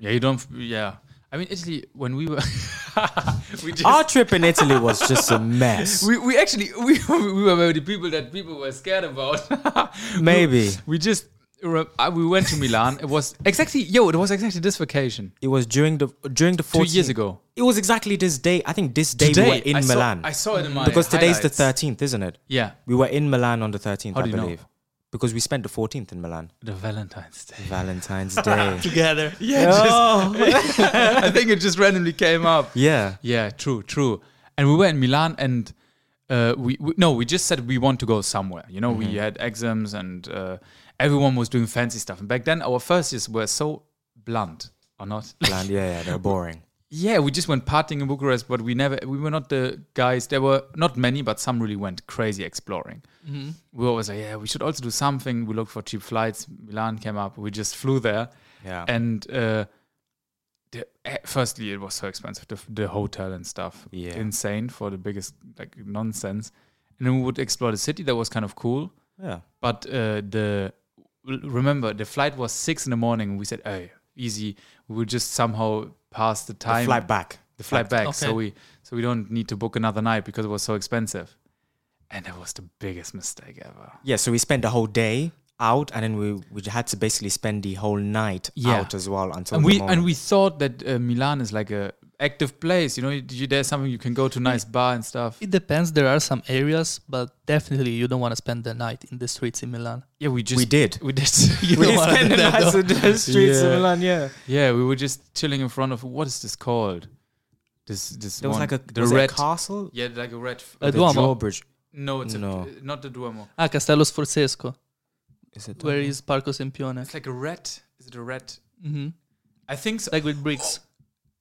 [SPEAKER 1] yeah. You don't. f- Yeah, I mean Italy. When we were, we just
[SPEAKER 2] Our trip in Italy was just a mess.
[SPEAKER 1] we, we actually we we were the people that people were scared about.
[SPEAKER 2] Maybe
[SPEAKER 1] we just re- I- we went to Milan. It was exactly yo. It was exactly this vacation
[SPEAKER 2] it was during the during the 14th,
[SPEAKER 1] two years ago.
[SPEAKER 2] It was exactly this day. I think this day we were in
[SPEAKER 1] I
[SPEAKER 2] Milan
[SPEAKER 1] Saw, I saw it in my
[SPEAKER 2] because today's
[SPEAKER 1] highlights.
[SPEAKER 2] the 13th, isn't it?
[SPEAKER 1] Yeah,
[SPEAKER 2] We were in Milan on the 13th,
[SPEAKER 1] How
[SPEAKER 2] I
[SPEAKER 1] do you know?
[SPEAKER 2] believe, because we spent the 14th in Milan.
[SPEAKER 1] the Valentine's Day.
[SPEAKER 2] Valentine's Day.
[SPEAKER 3] Together.
[SPEAKER 1] Yeah, just, I think it just randomly came up.
[SPEAKER 2] yeah.
[SPEAKER 1] Yeah, true, true. And we were in Milan, and uh, we, we no, we just said we want to go somewhere. You know, we had exams, and uh, everyone was doing fancy stuff. And back then, our first years were so blunt, or not?
[SPEAKER 2] Milan. Yeah, yeah. They're boring.
[SPEAKER 1] yeah, we just went partying in Bucharest, but we never, we were not the guys. There were not many, but some really went crazy exploring. We were always like, yeah, we should also do something. We looked for cheap flights. Milan came up. We just flew there
[SPEAKER 2] Yeah.
[SPEAKER 1] and uh, the, eh, firstly, it was so expensive the, the hotel and stuff,
[SPEAKER 2] Yeah.
[SPEAKER 1] insane for the biggest like nonsense. And then we would explore the city. That was kind of cool.
[SPEAKER 2] yeah.
[SPEAKER 1] But uh, the remember the flight was six in the morning. We said, "Hey, easy. We will just somehow pass the time."
[SPEAKER 2] The flight back.
[SPEAKER 1] the flight back. So
[SPEAKER 3] Okay.
[SPEAKER 1] we so we don't need to book another night because it was so expensive. And that was the biggest mistake ever.
[SPEAKER 2] Yeah. So we spent the whole day out, and then we we had to basically spend the whole night
[SPEAKER 1] Yeah.
[SPEAKER 2] out as well until
[SPEAKER 1] and
[SPEAKER 2] the
[SPEAKER 1] we
[SPEAKER 2] morning.
[SPEAKER 1] and we thought that uh, Milan is like a active place. You know, you, you- there's something you can go to nice bar and stuff.
[SPEAKER 3] It depends. There are some areas, but definitely you don't want to spend the night in the streets in Milan.
[SPEAKER 1] Yeah, we just
[SPEAKER 2] we did.
[SPEAKER 1] we did.
[SPEAKER 3] We don't wanna do that, though.
[SPEAKER 2] the
[SPEAKER 1] streets of
[SPEAKER 2] Milan, yeah.
[SPEAKER 1] yeah, we were just chilling in front of what is this called? This this
[SPEAKER 2] There was
[SPEAKER 1] one-
[SPEAKER 2] like a,
[SPEAKER 1] the
[SPEAKER 2] was it a
[SPEAKER 1] red
[SPEAKER 2] castle.
[SPEAKER 1] yeah like a red f-
[SPEAKER 3] Uh,
[SPEAKER 2] The
[SPEAKER 3] Duomo.
[SPEAKER 2] drawbridge.
[SPEAKER 1] no it's
[SPEAKER 2] No.
[SPEAKER 1] A, not the Duomo
[SPEAKER 3] Ah, Castello Sforzesco,
[SPEAKER 2] Is it
[SPEAKER 3] where
[SPEAKER 2] Duomo?
[SPEAKER 3] is Parco Sempione?
[SPEAKER 1] it's like a red is it a red
[SPEAKER 3] Mm-hmm.
[SPEAKER 1] I think so
[SPEAKER 3] Like with bricks.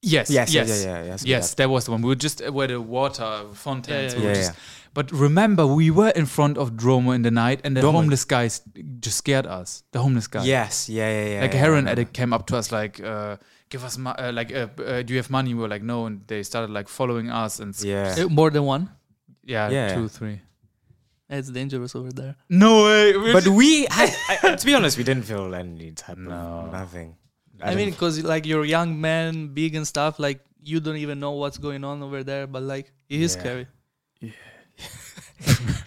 [SPEAKER 1] yes yes
[SPEAKER 2] Yes, yeah, yeah, yeah, yeah, that's
[SPEAKER 1] yes that was the one we were just uh, where the water
[SPEAKER 3] Yeah,
[SPEAKER 1] fountains
[SPEAKER 3] yeah,
[SPEAKER 1] we
[SPEAKER 2] Yeah,
[SPEAKER 1] were
[SPEAKER 2] yeah.
[SPEAKER 1] just- but remember we were in front of Duomo in the night and the
[SPEAKER 2] Duomo.
[SPEAKER 1] homeless guys just scared us the homeless guy
[SPEAKER 2] Yes, yeah, yeah, yeah.
[SPEAKER 1] like a
[SPEAKER 2] yeah,
[SPEAKER 1] heroin
[SPEAKER 2] yeah.
[SPEAKER 1] addict came up to us like uh, give us mo- uh, like uh, uh, do you have money we were like no and they started like following us and s-
[SPEAKER 2] Yeah.
[SPEAKER 3] Uh, More than one.
[SPEAKER 1] yeah,
[SPEAKER 2] Yeah.
[SPEAKER 1] two three
[SPEAKER 3] It's dangerous over there.
[SPEAKER 1] no way
[SPEAKER 2] But we had, I, to be honest, we didn't feel any type
[SPEAKER 1] No.
[SPEAKER 2] of nothing.
[SPEAKER 3] I, mean, because like you're a young man, big and stuff. Like you don't even know what's going on over there, but like it is
[SPEAKER 1] Yeah.
[SPEAKER 3] scary.
[SPEAKER 1] Yeah.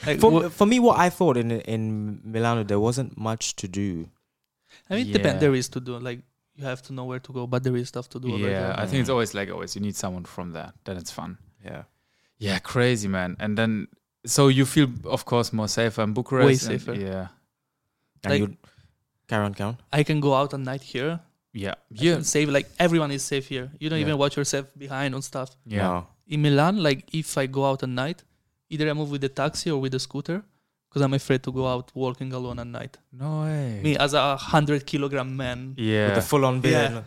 [SPEAKER 3] like,
[SPEAKER 2] for,
[SPEAKER 3] wha-
[SPEAKER 2] for me, what I thought in in Milano, there wasn't much to do.
[SPEAKER 3] I mean, it
[SPEAKER 1] Yeah.
[SPEAKER 3] depends. There is to do. Like you have to know where to go, but there is stuff to do over
[SPEAKER 1] yeah
[SPEAKER 3] there.
[SPEAKER 1] i think it's always like always you need someone from there then it's fun
[SPEAKER 2] Yeah.
[SPEAKER 1] yeah crazy man and then so you feel of course more safer in bucharest
[SPEAKER 3] Way
[SPEAKER 1] and-
[SPEAKER 3] safer.
[SPEAKER 1] yeah
[SPEAKER 2] And
[SPEAKER 3] Like-
[SPEAKER 2] you carry on, carry on.
[SPEAKER 3] I can go out at night here.
[SPEAKER 1] yeah
[SPEAKER 3] I
[SPEAKER 1] yeah
[SPEAKER 3] can save like everyone is safe here. You don't
[SPEAKER 2] Yeah.
[SPEAKER 3] even watch yourself behind on stuff.
[SPEAKER 1] yeah
[SPEAKER 2] No.
[SPEAKER 3] in Milan, like if I go out at night, either I move with the taxi or with the scooter because I'm afraid to go out walking alone at night.
[SPEAKER 1] no way
[SPEAKER 3] Me as a hundred kilogram man.
[SPEAKER 2] With
[SPEAKER 1] yeah
[SPEAKER 2] the full on beard.
[SPEAKER 3] Yeah.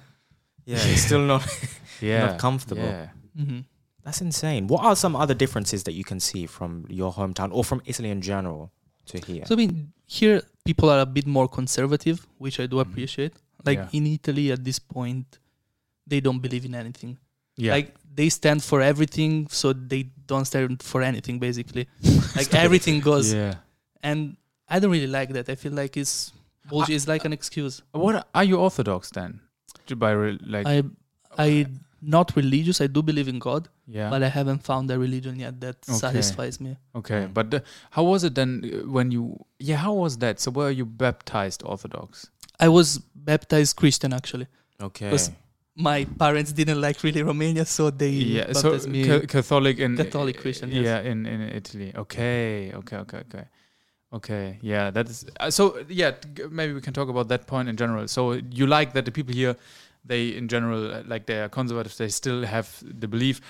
[SPEAKER 2] Yeah. it's still not.
[SPEAKER 1] yeah
[SPEAKER 2] not comfortable.
[SPEAKER 1] yeah.
[SPEAKER 3] Mm-hmm.
[SPEAKER 2] That's insane. What are some other differences that you can see from your hometown or from Italy in general to here?
[SPEAKER 3] So I mean, here people are a bit more conservative, which I do appreciate. Like
[SPEAKER 1] Mm-hmm. Yeah.
[SPEAKER 3] in Italy at this point, they don't believe in anything.
[SPEAKER 1] yeah
[SPEAKER 3] Like they stand for everything, so they don't stand for anything basically. like everything goes,
[SPEAKER 1] yeah
[SPEAKER 3] and I don't really like that. I feel like it's bullshit. it's like an excuse.
[SPEAKER 1] what are you orthodox then by re- like
[SPEAKER 3] I I not religious. I do believe in God,
[SPEAKER 1] Yeah.
[SPEAKER 3] but I haven't found a religion yet that
[SPEAKER 1] Okay.
[SPEAKER 3] satisfies me.
[SPEAKER 1] okay. But the, how was it then uh, when you? Yeah. How was that? So were you baptized Orthodox?
[SPEAKER 3] I was baptized Christian actually.
[SPEAKER 2] Okay.
[SPEAKER 3] Because my parents didn't like really Romania, so they
[SPEAKER 1] Yeah. So
[SPEAKER 3] baptized me.
[SPEAKER 1] ca- Catholic in
[SPEAKER 3] Catholic Christian, yes.
[SPEAKER 1] Yeah. In in Italy. Okay. Okay. Okay. Okay. Okay. Yeah. That is. Uh, so yeah. g- Maybe we can talk about that point in general. So you like that the people here, they in general uh, like they are conservative. They still have the belief,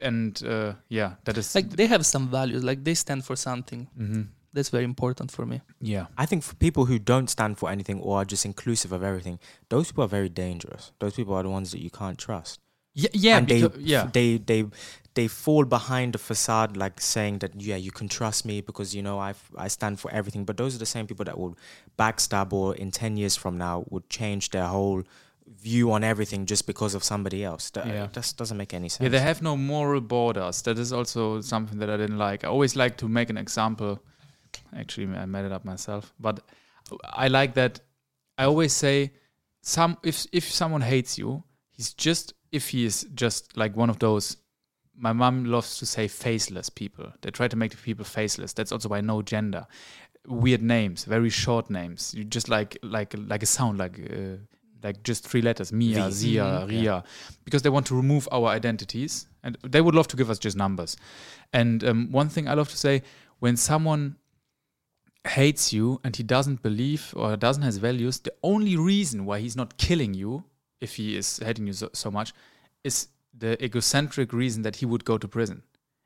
[SPEAKER 1] and uh, yeah, that is
[SPEAKER 3] like they have some values, like they stand for something.
[SPEAKER 1] Mhm.
[SPEAKER 3] That's very important for me.
[SPEAKER 1] Yeah.
[SPEAKER 2] I think for people who don't stand for anything or are just inclusive of everything, those people are very dangerous. Those people are the ones that you can't trust.
[SPEAKER 1] Yeah. Yeah.
[SPEAKER 2] and they,
[SPEAKER 1] becau- yeah.
[SPEAKER 2] they they they fall behind the facade, like saying that yeah, you can trust me because you know I I stand for everything. But those are the same people that will backstab or in ten years from now would change their whole view on everything just because of somebody else. That
[SPEAKER 1] Yeah.
[SPEAKER 2] that just doesn't make any sense.
[SPEAKER 1] Yeah, they have no moral borders. That is also something that I didn't like. I always like to make an example. Actually, I made it up myself, but I like that. I always say, some if if someone hates you, he's just if he is just like one of those. My mom loves to say faceless people. They try to make the people faceless. That's also why no gender, weird names, very short names. You just like like like a sound like. Uh, like just three letters, Mia,
[SPEAKER 2] V.
[SPEAKER 1] Zia, Ria, because they want to remove our identities and they would love to give us just numbers. And um, one thing I love to say when someone hates you and he doesn't believe or doesn't has values, the only reason why he's not killing you, if he is hating you so, so much, is the egocentric reason that he would go to prison.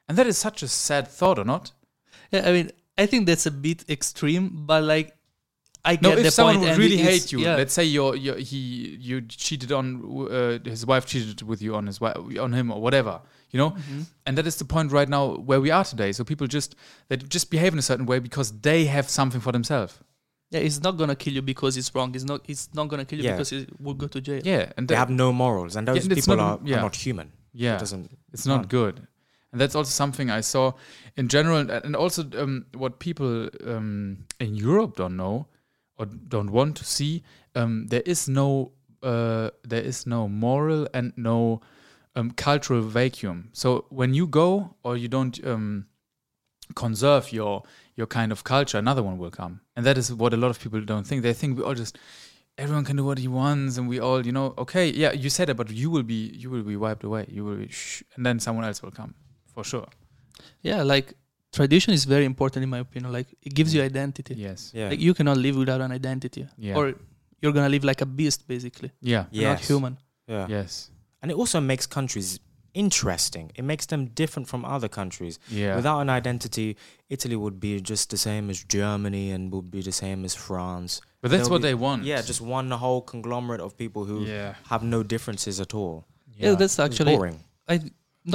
[SPEAKER 1] And that is such a sad thought, or not?
[SPEAKER 3] Yeah, I mean, I think that's a bit extreme, but like, I
[SPEAKER 1] No,
[SPEAKER 3] get the
[SPEAKER 1] if someone
[SPEAKER 3] point,
[SPEAKER 1] would
[SPEAKER 3] and
[SPEAKER 1] really
[SPEAKER 3] it is-
[SPEAKER 1] hate you,
[SPEAKER 3] yeah,
[SPEAKER 1] let's say you're, you're he you cheated on uh, his wife cheated with you on his wife on him or whatever, you know,
[SPEAKER 3] Mm-hmm.
[SPEAKER 1] and that is the point right now where we are today. So people just they just behave in a certain way because they have something for themselves.
[SPEAKER 3] yeah, it's not gonna kill you because it's wrong. It's not. It's not gonna kill you
[SPEAKER 2] Yeah.
[SPEAKER 3] because it will go to jail.
[SPEAKER 1] Yeah, and
[SPEAKER 2] They
[SPEAKER 1] that-
[SPEAKER 2] have no morals, and those
[SPEAKER 1] and it's
[SPEAKER 2] people
[SPEAKER 1] not-
[SPEAKER 2] are,
[SPEAKER 1] yeah.
[SPEAKER 2] are not human.
[SPEAKER 1] yeah,
[SPEAKER 2] It doesn't.
[SPEAKER 1] it's not
[SPEAKER 2] No.
[SPEAKER 1] good and that's also something i saw in general and also um, what people um, in europe don't know or don't want to see um, there is no uh, there is no moral and no um, cultural vacuum so when you go or you don't um, conserve your your kind of culture another one will come and that is what a lot of people don't think they think we all just everyone can do what he wants and we all you know okay yeah you said it but you will be you will be wiped away you will be shh, and then someone else will come for sure
[SPEAKER 3] Yeah, like tradition is very important in my opinion. Like it gives you identity.
[SPEAKER 1] yes
[SPEAKER 2] Yeah.
[SPEAKER 3] Like you cannot live without an identity,
[SPEAKER 1] Mm. Yeah.
[SPEAKER 3] or you're gonna live like a beast basically.
[SPEAKER 1] yeah
[SPEAKER 3] You're not
[SPEAKER 2] Yes.
[SPEAKER 3] human.
[SPEAKER 2] yeah.
[SPEAKER 1] yes
[SPEAKER 2] And it also makes countries interesting. It makes them different from other countries.
[SPEAKER 1] yeah
[SPEAKER 2] Without an identity, Italy would be just the same as Germany and would be the same as France.
[SPEAKER 1] but that's
[SPEAKER 2] they'll
[SPEAKER 1] what
[SPEAKER 2] be-
[SPEAKER 1] they want
[SPEAKER 2] Yeah, just one whole conglomerate of people who
[SPEAKER 1] yeah
[SPEAKER 2] have no differences at all.
[SPEAKER 3] Yeah, that's
[SPEAKER 2] It's
[SPEAKER 3] actually
[SPEAKER 2] boring.
[SPEAKER 3] I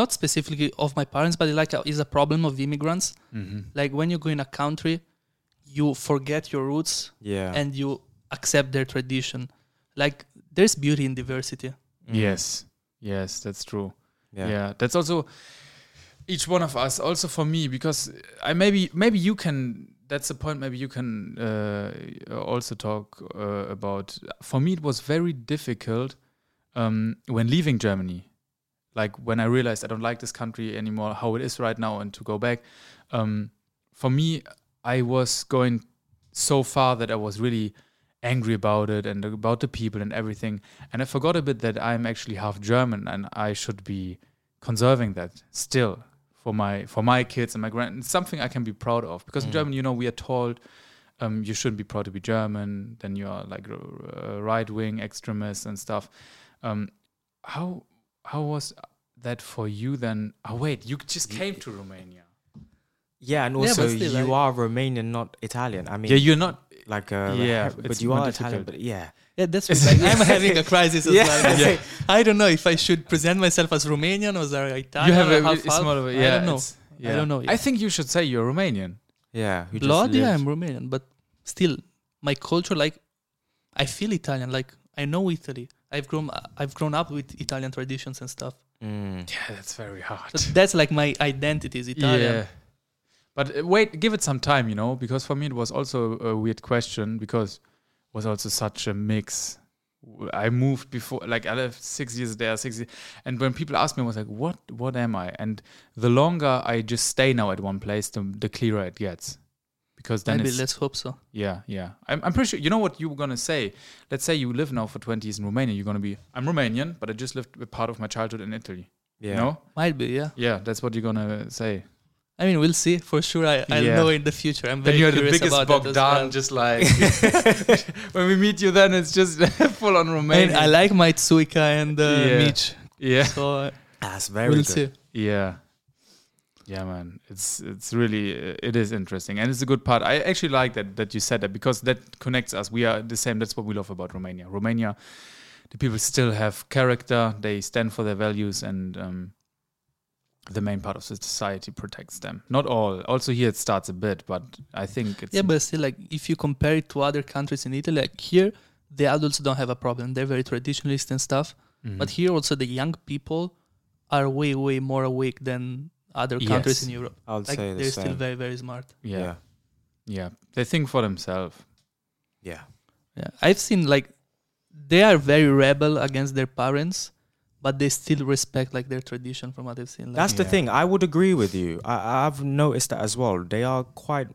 [SPEAKER 3] not specifically of my parents, but like is a problem of immigrants.
[SPEAKER 1] hmm
[SPEAKER 3] Like when you go in a country, you forget your roots
[SPEAKER 2] Yeah.
[SPEAKER 3] and you accept their tradition. Like there's beauty in diversity.
[SPEAKER 2] Mm.
[SPEAKER 1] yes yes that's true
[SPEAKER 2] Yeah.
[SPEAKER 1] yeah that's also each one of us also for me because i maybe maybe you can that's the point maybe you can uh, also talk uh, about for me it was very difficult um, when leaving germany like when i realized i don't like this country anymore how it is right now and to go back um, for me i was going so far that i was really angry about it and about the people and everything and i forgot a bit that i'm actually half german and i should be conserving that still for my for my kids and my grand it's something I can be proud of because in Germany you know we are told um, you shouldn't be proud to be German then you are like uh, right wing extremists and stuff um, how how was that for you then oh wait you just came to Romania
[SPEAKER 2] Yeah, and
[SPEAKER 3] Yeah, but
[SPEAKER 2] also
[SPEAKER 3] still,
[SPEAKER 2] you
[SPEAKER 3] like-
[SPEAKER 2] are Romanian, not Italian. I mean,
[SPEAKER 1] yeah you're not
[SPEAKER 2] like, uh,
[SPEAKER 1] Yeah, it's
[SPEAKER 2] but you
[SPEAKER 1] more
[SPEAKER 2] are Italian,
[SPEAKER 1] difficult.
[SPEAKER 2] but yeah.
[SPEAKER 3] Yeah, that's like, I'm having a crisis as
[SPEAKER 2] Yeah.
[SPEAKER 3] well.
[SPEAKER 1] Yeah.
[SPEAKER 3] I don't know if I should present myself as Romanian or as Italian.
[SPEAKER 1] you have
[SPEAKER 3] or
[SPEAKER 1] a,
[SPEAKER 3] half,
[SPEAKER 1] it's
[SPEAKER 3] half.
[SPEAKER 1] more of a,
[SPEAKER 3] I
[SPEAKER 1] yeah
[SPEAKER 3] don't know.
[SPEAKER 1] it's- yeah.
[SPEAKER 3] don't know
[SPEAKER 1] I
[SPEAKER 3] yet.
[SPEAKER 1] think you should say you're Romanian
[SPEAKER 2] Yeah. who just
[SPEAKER 3] Blood, yeah,
[SPEAKER 2] lives-
[SPEAKER 3] I'm Romanian, but still, my culture, like, I feel Italian. Like, I know Italy. I've grown, I've grown up with Italian traditions and stuff.
[SPEAKER 2] Mm.
[SPEAKER 1] yeah that's very hard
[SPEAKER 3] So that's like my identity is Italian.
[SPEAKER 1] Yeah. But uh, wait, give it some time, you know, because for me it was also a weird question because it was also such a mix w- I moved before, like I lived six years there, six years. And when people ask me, I was like, what, what am I? And the longer I just stay now at one place, the, the clearer it gets. Because then
[SPEAKER 3] Maybe
[SPEAKER 1] it's,
[SPEAKER 3] let's hope so.
[SPEAKER 1] yeah, yeah. I'm, I'm pretty sure. You know what you were gonna say? Let's say you live now for 20 years in Romania. You're gonna be. I'm Romanian, but I just lived a part of my childhood in Italy.
[SPEAKER 2] Yeah.
[SPEAKER 1] No.
[SPEAKER 3] Might be, yeah.
[SPEAKER 1] Yeah, that's what you're gonna say.
[SPEAKER 3] I mean, we'll see. For sure, I, I
[SPEAKER 1] Yeah.
[SPEAKER 3] know in the future. I'm
[SPEAKER 1] Then
[SPEAKER 3] very
[SPEAKER 1] you're the
[SPEAKER 3] curious
[SPEAKER 1] biggest
[SPEAKER 3] about that as
[SPEAKER 1] Bogdan,
[SPEAKER 3] well.
[SPEAKER 1] just like when we meet you. Then it's just full on
[SPEAKER 3] I
[SPEAKER 1] Romanian.
[SPEAKER 3] mean, I like my Tsuika and uh,
[SPEAKER 1] Yeah.
[SPEAKER 3] Mitch,
[SPEAKER 1] yeah,
[SPEAKER 3] so uh,
[SPEAKER 2] That's very
[SPEAKER 3] we'll
[SPEAKER 2] good.
[SPEAKER 3] see.
[SPEAKER 1] yeah, yeah, man. It's it's really uh, it is interesting, and it's a good part. I actually like that that you said that because that connects us. We are the same. That's what we love about Romania. Romania, the people still have character. They stand for their values, and um, the main part of the society protects them. Not all. Also here it starts a bit, but I think it's
[SPEAKER 3] Yeah, but still, like if you compare it to other countries in Italy, like here the adults don't have a problem. They're very traditionalist and stuff.
[SPEAKER 1] Mhm.
[SPEAKER 3] But here also the young people are way way more awake than other countries
[SPEAKER 1] Yes.
[SPEAKER 3] in Europe.
[SPEAKER 2] I would
[SPEAKER 3] Like
[SPEAKER 2] say the
[SPEAKER 3] they're
[SPEAKER 2] same.
[SPEAKER 3] still very very smart.
[SPEAKER 1] yeah, yeah, They think for themselves.
[SPEAKER 2] Yeah.
[SPEAKER 3] Yeah, I've seen like they are very rebel against their parents, but they still respect like their tradition from what I've seen. Like,
[SPEAKER 2] That's the
[SPEAKER 1] Yeah.
[SPEAKER 2] thing. I would agree with you. I, I've noticed that as well. They are quite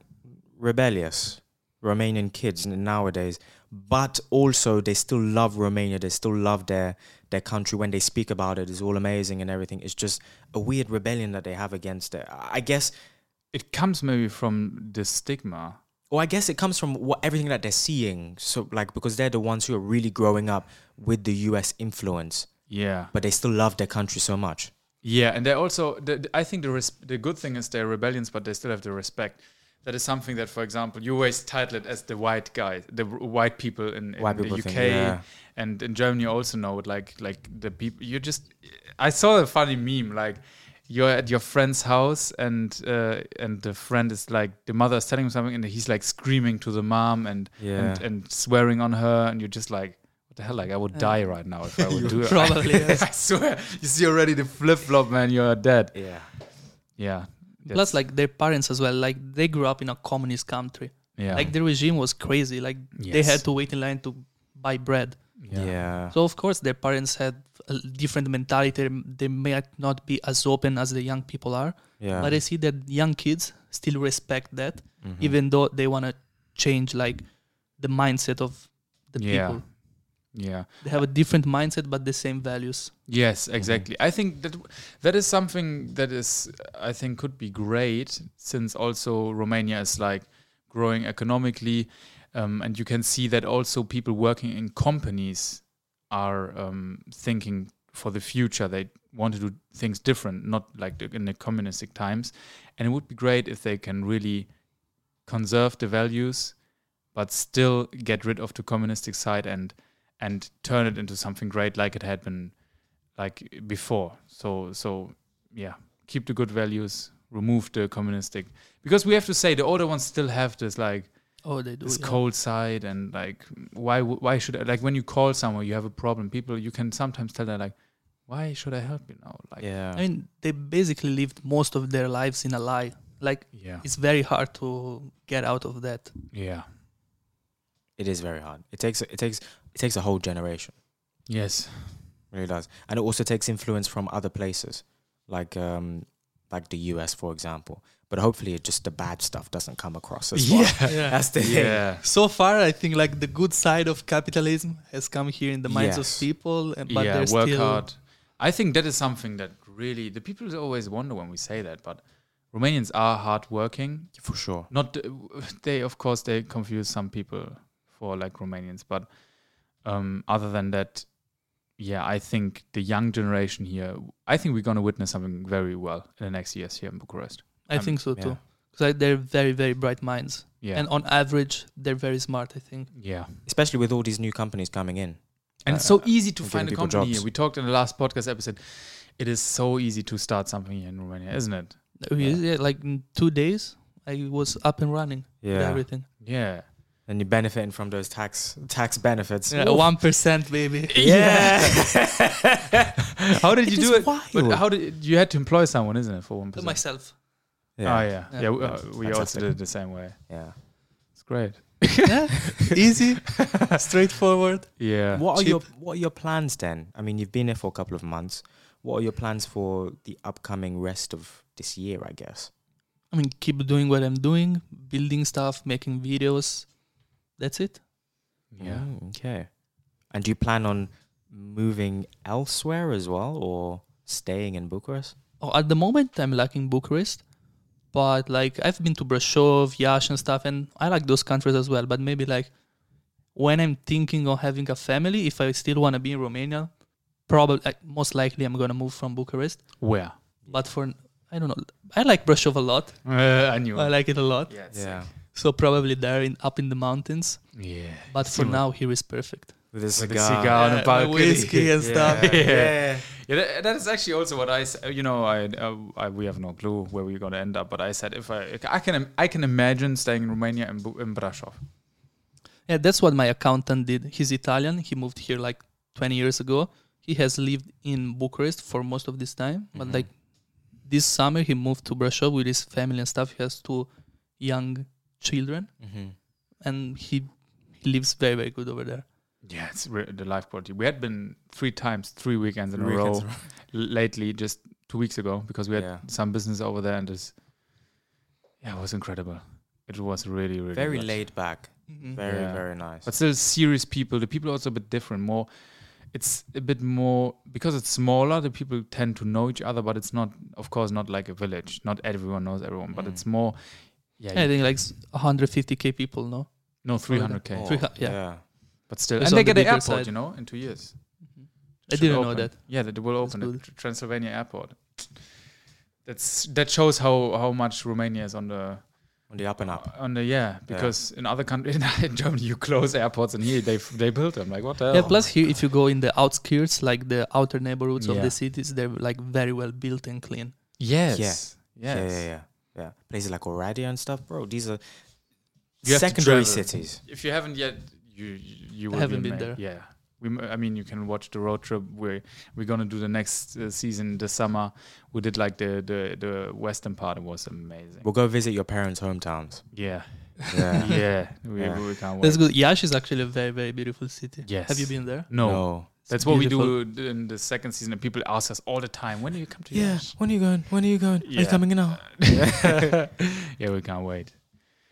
[SPEAKER 2] rebellious, Romanian kids n- nowadays. But also, they still love Romania. They still love their their country. When they speak about it, it's all amazing and everything. It's just a weird rebellion that they have against it. I I guess,
[SPEAKER 1] It comes maybe from the stigma.
[SPEAKER 2] or I guess it comes from what everything that they're seeing. So, like, because they're the ones who are really growing up with the U.S. influence,
[SPEAKER 1] Yeah.
[SPEAKER 2] but they still love their country so much.
[SPEAKER 1] Yeah, and they also, the, the- I think the res- the good thing is they're rebellions, but they still have the respect. That is something that, for example, you always title it as the white guy, the w- white people in, in
[SPEAKER 2] White
[SPEAKER 1] the
[SPEAKER 2] people
[SPEAKER 1] UK
[SPEAKER 2] thing, yeah.
[SPEAKER 1] and in Germany also know it. Like like the people, you just, I saw a funny meme like. You're at your friend's house, and uh, and the friend is like the mother is telling him something, and he's like screaming to the mom and and,
[SPEAKER 2] Yeah.
[SPEAKER 1] and swearing on her, and you're just like, what the hell? Like I would die right now if I would do it.
[SPEAKER 3] probably, yes.
[SPEAKER 1] I swear, you see already the flip flop, man. You're dead.
[SPEAKER 2] Yeah.
[SPEAKER 1] Yeah.
[SPEAKER 3] plus like their parents as well. Like they grew up in a communist country.
[SPEAKER 1] yeah.
[SPEAKER 3] Like the regime was crazy. Like they
[SPEAKER 1] Yes.
[SPEAKER 3] had to wait in line to buy bread.
[SPEAKER 2] Yeah. yeah.
[SPEAKER 3] So of course their parents had a different mentality. They might not be as open as the young people are, but I see that young kids still respect that,
[SPEAKER 2] Mhm.
[SPEAKER 1] Mm-hmm.
[SPEAKER 3] even though they want to change like the mindset of the
[SPEAKER 1] Yeah.
[SPEAKER 3] people.
[SPEAKER 1] yeah.
[SPEAKER 3] They have a different mindset but the same values.
[SPEAKER 1] Yes, exactly. I think that that is something that is I think could be great since also Romania is like growing economically, um, and you can see that also people working in companies are um, thinking for the future. They want to do things different, not like the, in the communistic times. And it would be great if they can really conserve the values, but still get rid of the communistic side and and turn it into something great, like it had been like before. So so yeah, keep the good values, remove the communistic because we have to say the older ones still have this like
[SPEAKER 3] Oh, they do.
[SPEAKER 1] this
[SPEAKER 3] yeah.
[SPEAKER 1] cold side and like why w- why should I, like when you call somewhere you have a problem people you can sometimes tell them like why should I help you now like
[SPEAKER 2] yeah.
[SPEAKER 3] I mean, they basically lived most of their lives in a lie. Like
[SPEAKER 1] yeah
[SPEAKER 3] it's very hard to get out of that.
[SPEAKER 1] yeah
[SPEAKER 2] It is very hard. It takes it takes it takes a whole generation.
[SPEAKER 1] yes
[SPEAKER 2] It really does, and it also takes influence from other places, like um, like the US, for example. But hopefully, it just the bad stuff doesn't come across as well.
[SPEAKER 3] Yeah.
[SPEAKER 2] That's the thing.
[SPEAKER 1] yeah
[SPEAKER 3] So far, I think like the good side of capitalism has come here in the minds
[SPEAKER 2] Yes.
[SPEAKER 3] of people, and but
[SPEAKER 1] yeah
[SPEAKER 3] they're
[SPEAKER 1] work
[SPEAKER 3] still
[SPEAKER 1] hard I think that is something that really the people always wonder when we say that but Romanians are hardworking
[SPEAKER 2] for sure.
[SPEAKER 1] not they of course they confuse some people for like Romanians but um other than that yeah I think the young generation here I think we're going to witness something very well in the next years here in Bucharest
[SPEAKER 3] I
[SPEAKER 1] Um,
[SPEAKER 3] think so
[SPEAKER 2] yeah.
[SPEAKER 3] too, because like, they're very very bright minds,
[SPEAKER 1] yeah
[SPEAKER 3] and on average, they're very smart. I think.
[SPEAKER 1] yeah
[SPEAKER 2] Especially with all these new companies coming in.
[SPEAKER 1] and
[SPEAKER 2] Uh,
[SPEAKER 1] it's so easy to
[SPEAKER 2] giving
[SPEAKER 1] find a
[SPEAKER 2] people
[SPEAKER 1] company
[SPEAKER 2] jobs.
[SPEAKER 1] here we talked in the last podcast episode it is so easy to start something here in Romania isn't it
[SPEAKER 3] Yeah. like in two days, I was up and running. with everything.
[SPEAKER 1] yeah
[SPEAKER 2] And you're benefiting from those tax tax benefits.
[SPEAKER 3] Yeah, One percent, baby.
[SPEAKER 2] Yeah.
[SPEAKER 1] how did you
[SPEAKER 2] is
[SPEAKER 1] do it
[SPEAKER 2] wild.
[SPEAKER 1] but how did you had to employ someone isn't it for one
[SPEAKER 3] To
[SPEAKER 1] percent
[SPEAKER 3] myself.
[SPEAKER 1] oh yeah yeah,
[SPEAKER 3] Yeah.
[SPEAKER 1] we, uh, we also
[SPEAKER 2] Fantastic.
[SPEAKER 1] did it the same way
[SPEAKER 2] yeah.
[SPEAKER 1] it's great
[SPEAKER 3] yeah, easy, straightforward.
[SPEAKER 1] Yeah.
[SPEAKER 2] What are
[SPEAKER 3] Cheap.
[SPEAKER 2] your What are your plans then? I mean, you've been here for a couple of months. What are your plans for the upcoming rest of this year? I guess.
[SPEAKER 3] I mean, keep doing what I'm doing, building stuff, making videos. That's it.
[SPEAKER 1] Yeah.
[SPEAKER 2] Mm, okay. And do you plan on moving elsewhere as well, or staying in Bucharest?
[SPEAKER 3] Oh, at the moment, I'm liking Bucharest, but like I've been to Brasov, Yash, and stuff, and I like those countries as well. But maybe like when I'm thinking of having a family, if I still want to be in Romania, probably like, most likely I'm gonna move from Bucharest.
[SPEAKER 1] Where?
[SPEAKER 3] But for I don't know, I like Brasov a lot.
[SPEAKER 1] Uh, I knew.
[SPEAKER 3] I like it a lot.
[SPEAKER 1] yeah.
[SPEAKER 2] Yeah.
[SPEAKER 3] So probably there in up in the mountains.
[SPEAKER 1] Yeah.
[SPEAKER 3] But for now, here is perfect.
[SPEAKER 2] With a
[SPEAKER 1] With a
[SPEAKER 2] cigar.
[SPEAKER 1] cigar. Down a
[SPEAKER 3] Yeah,
[SPEAKER 1] balcony.
[SPEAKER 3] whiskey and stuff.
[SPEAKER 1] Yeah. Yeah, that, that is actually also what I s- You know, I, uh, I we have no clue where we're gonna end up. But I said if I I can im- I can imagine staying in Romania in, Bu- in Brasov.
[SPEAKER 3] Yeah, that's what my accountant did. He's Italian. He moved here like 20 years ago. He has lived in Bucharest for most of this time, but like this summer he moved to Brasov with his family and stuff. He has two young children,
[SPEAKER 2] Mm-hmm.
[SPEAKER 3] and he, he lives very very good over there.
[SPEAKER 1] Yeah, it's re- the life quality. We had been three times, three weekends in a row
[SPEAKER 2] Weekends.
[SPEAKER 1] l- lately, just two weeks ago, because we had
[SPEAKER 2] Yeah.
[SPEAKER 1] some business over there, and this, yeah, it was incredible. It was really, really
[SPEAKER 2] Very
[SPEAKER 1] nice.
[SPEAKER 2] laid back. Very,
[SPEAKER 1] Yeah.
[SPEAKER 2] very nice.
[SPEAKER 1] but still serious people. The people are also a bit different. More, it's a bit more because it's smaller. The people tend to know each other, but it's not, of course, not like a village. Not everyone knows everyone, but
[SPEAKER 2] Mm.
[SPEAKER 1] it's more. Yeah,
[SPEAKER 3] I
[SPEAKER 1] you-
[SPEAKER 3] think like s- 150k people, no?
[SPEAKER 1] no, 300k,
[SPEAKER 2] Oh,
[SPEAKER 3] Three hu- yeah.
[SPEAKER 1] but still,
[SPEAKER 3] It's
[SPEAKER 1] and they
[SPEAKER 3] on the
[SPEAKER 1] get an
[SPEAKER 3] bigger
[SPEAKER 1] airport,
[SPEAKER 3] side.
[SPEAKER 1] you know, in two years.
[SPEAKER 3] I
[SPEAKER 1] Should
[SPEAKER 3] didn't know
[SPEAKER 1] open.
[SPEAKER 3] that.
[SPEAKER 1] Yeah, that they will
[SPEAKER 3] That's
[SPEAKER 1] open at
[SPEAKER 3] good.
[SPEAKER 1] Tr- Transylvania Airport. That's that shows how how much Romania is on the
[SPEAKER 2] On the up and up.
[SPEAKER 1] on the yeah because in other countries in Germany you close airports and here they f- they built them like what the
[SPEAKER 3] yeah,
[SPEAKER 1] hell?
[SPEAKER 3] plus here, if you go in the outskirts, like the outer neighborhoods of
[SPEAKER 1] Yeah.
[SPEAKER 3] the cities, they're like very well built and clean.
[SPEAKER 1] yes
[SPEAKER 2] Yeah,
[SPEAKER 1] yes
[SPEAKER 2] yeah, yeah. Yeah. Places like Oradia and stuff, bro. These are
[SPEAKER 1] You have to
[SPEAKER 2] secondary
[SPEAKER 1] travel.
[SPEAKER 2] cities.
[SPEAKER 1] if you haven't yet you you will be
[SPEAKER 3] haven't been
[SPEAKER 1] ama-
[SPEAKER 3] there.
[SPEAKER 1] yeah we m- I mean you can watch the road trip we're we're gonna do the next uh, season this summer we did like the the the western part it was amazing
[SPEAKER 2] We'll go visit your parents' hometowns.
[SPEAKER 1] yeah
[SPEAKER 2] Yeah.
[SPEAKER 1] yeah we,
[SPEAKER 2] Yeah.
[SPEAKER 1] we can't wait
[SPEAKER 3] That's good. Yash is actually a very very beautiful city.
[SPEAKER 1] Yes.
[SPEAKER 3] Have you been there?
[SPEAKER 1] no.
[SPEAKER 2] No.
[SPEAKER 1] That's what we do in the second season, and people ask us all the time, "When do you come to
[SPEAKER 2] Yeah.
[SPEAKER 1] Yash?"
[SPEAKER 2] When are you going? When are you going? Are
[SPEAKER 1] Yeah.
[SPEAKER 2] you coming now?
[SPEAKER 1] yeah, we can't wait.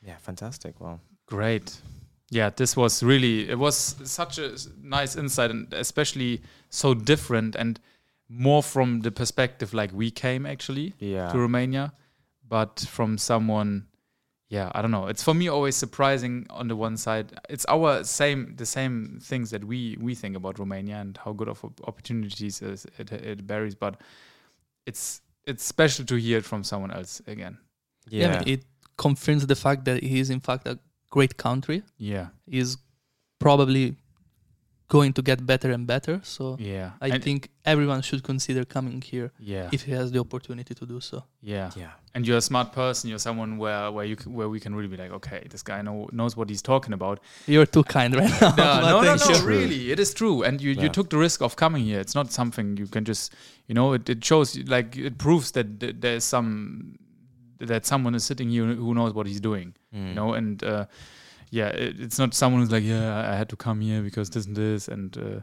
[SPEAKER 2] Yeah, fantastic. Well,
[SPEAKER 1] Great. Yeah, this was really it was such a s- nice insight, and especially so different and more from the perspective like we came actually
[SPEAKER 2] yeah.
[SPEAKER 1] to Romania, but from someone. Yeah, I don't know. It's for me always surprising on the one side. It's our same the same things that we we think about Romania and how good of op- opportunities is it it varies, but it's it's special to hear it from someone else again.
[SPEAKER 3] I mean, it confirms the fact that he is in fact a great country.
[SPEAKER 1] Yeah.
[SPEAKER 3] Is probably going to get better and better. So
[SPEAKER 1] Yeah.
[SPEAKER 3] I
[SPEAKER 1] And-
[SPEAKER 3] think everyone should consider coming here
[SPEAKER 1] yeah.
[SPEAKER 3] if he has the opportunity to do so.
[SPEAKER 1] yeah.
[SPEAKER 2] yeah.
[SPEAKER 1] and you're a smart person, you're someone where where you c- where we can really be like, okay, this guy know, knows what he's talking about.
[SPEAKER 3] You're too kind right now.
[SPEAKER 1] No,
[SPEAKER 3] but
[SPEAKER 1] no, no,
[SPEAKER 3] thank
[SPEAKER 1] no,
[SPEAKER 3] you.
[SPEAKER 2] True.
[SPEAKER 1] really, it is true. And you, you
[SPEAKER 2] Yeah.
[SPEAKER 1] took the risk of coming here. It's not something you can just, you know, it, it shows like it proves that th- there's some that someone is sitting here who knows what he's doing,
[SPEAKER 2] Mm.
[SPEAKER 1] you know, and uh, yeah, it, it's not someone who's like, yeah, I had to come here because this and this and. Uh,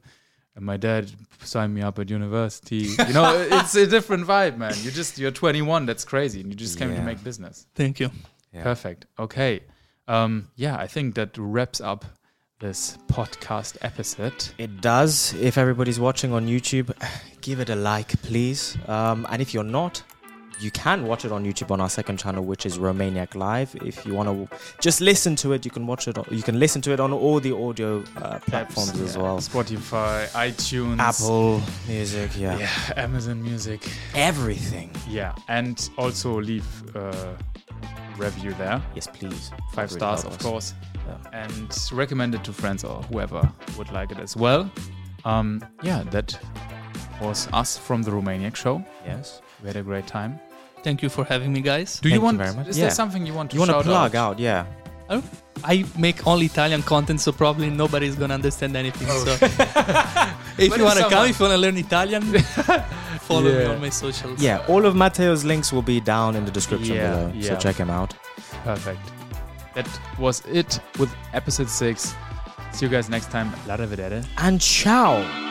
[SPEAKER 1] and my dad signed me up at university. You know, it's a different vibe, man. You just you're 21. That's crazy, and you just came to
[SPEAKER 2] Yeah.
[SPEAKER 1] make business.
[SPEAKER 3] Thank you.
[SPEAKER 2] Yeah.
[SPEAKER 1] Perfect. Okay. Um, yeah, I think that wraps up this podcast episode.
[SPEAKER 2] It does. If everybody's watching on YouTube, give it a like, please. Um, and if you're not, you can watch it on YouTube on our second channel, which is Romaniac Live. If you want to just listen to it, you can watch it. On, you can listen to it on all the audio uh, platforms
[SPEAKER 1] Apps,
[SPEAKER 2] as
[SPEAKER 1] yeah,
[SPEAKER 2] well.
[SPEAKER 1] Spotify, iTunes,
[SPEAKER 2] Apple Music, yeah,
[SPEAKER 1] yeah, Amazon Music,
[SPEAKER 2] everything.
[SPEAKER 1] yeah, and also leave uh, review there,
[SPEAKER 2] Yes, please.
[SPEAKER 1] five
[SPEAKER 2] Really
[SPEAKER 1] stars,
[SPEAKER 2] help
[SPEAKER 1] of
[SPEAKER 2] us.
[SPEAKER 1] course,
[SPEAKER 2] Yeah.
[SPEAKER 1] and recommend it to friends or whoever would like it as well. Um, yeah, that was us from the Romaniac show.
[SPEAKER 2] Yes.
[SPEAKER 1] We had a great time.
[SPEAKER 3] Thank you for having me, guys.
[SPEAKER 1] Do
[SPEAKER 2] Thank
[SPEAKER 1] you
[SPEAKER 2] you
[SPEAKER 1] want?
[SPEAKER 2] very much.
[SPEAKER 1] Is
[SPEAKER 2] Yeah.
[SPEAKER 1] there something you want to
[SPEAKER 2] You want to
[SPEAKER 1] shout
[SPEAKER 2] plug
[SPEAKER 1] out?
[SPEAKER 2] out? Yeah.
[SPEAKER 3] I make only Italian content, so probably nobody's gonna understand anything. So if
[SPEAKER 1] But
[SPEAKER 3] you wanna
[SPEAKER 1] someone-
[SPEAKER 3] come, if you wanna learn Italian, follow me
[SPEAKER 1] Yeah.
[SPEAKER 3] on my socials.
[SPEAKER 2] Yeah. All of Mateo's links will be down in the description
[SPEAKER 1] Yeah,
[SPEAKER 2] below,
[SPEAKER 1] yeah.
[SPEAKER 2] so check him out.
[SPEAKER 1] Perfect. That was it with episode six. See you guys next time. La Revedere.
[SPEAKER 2] And ciao.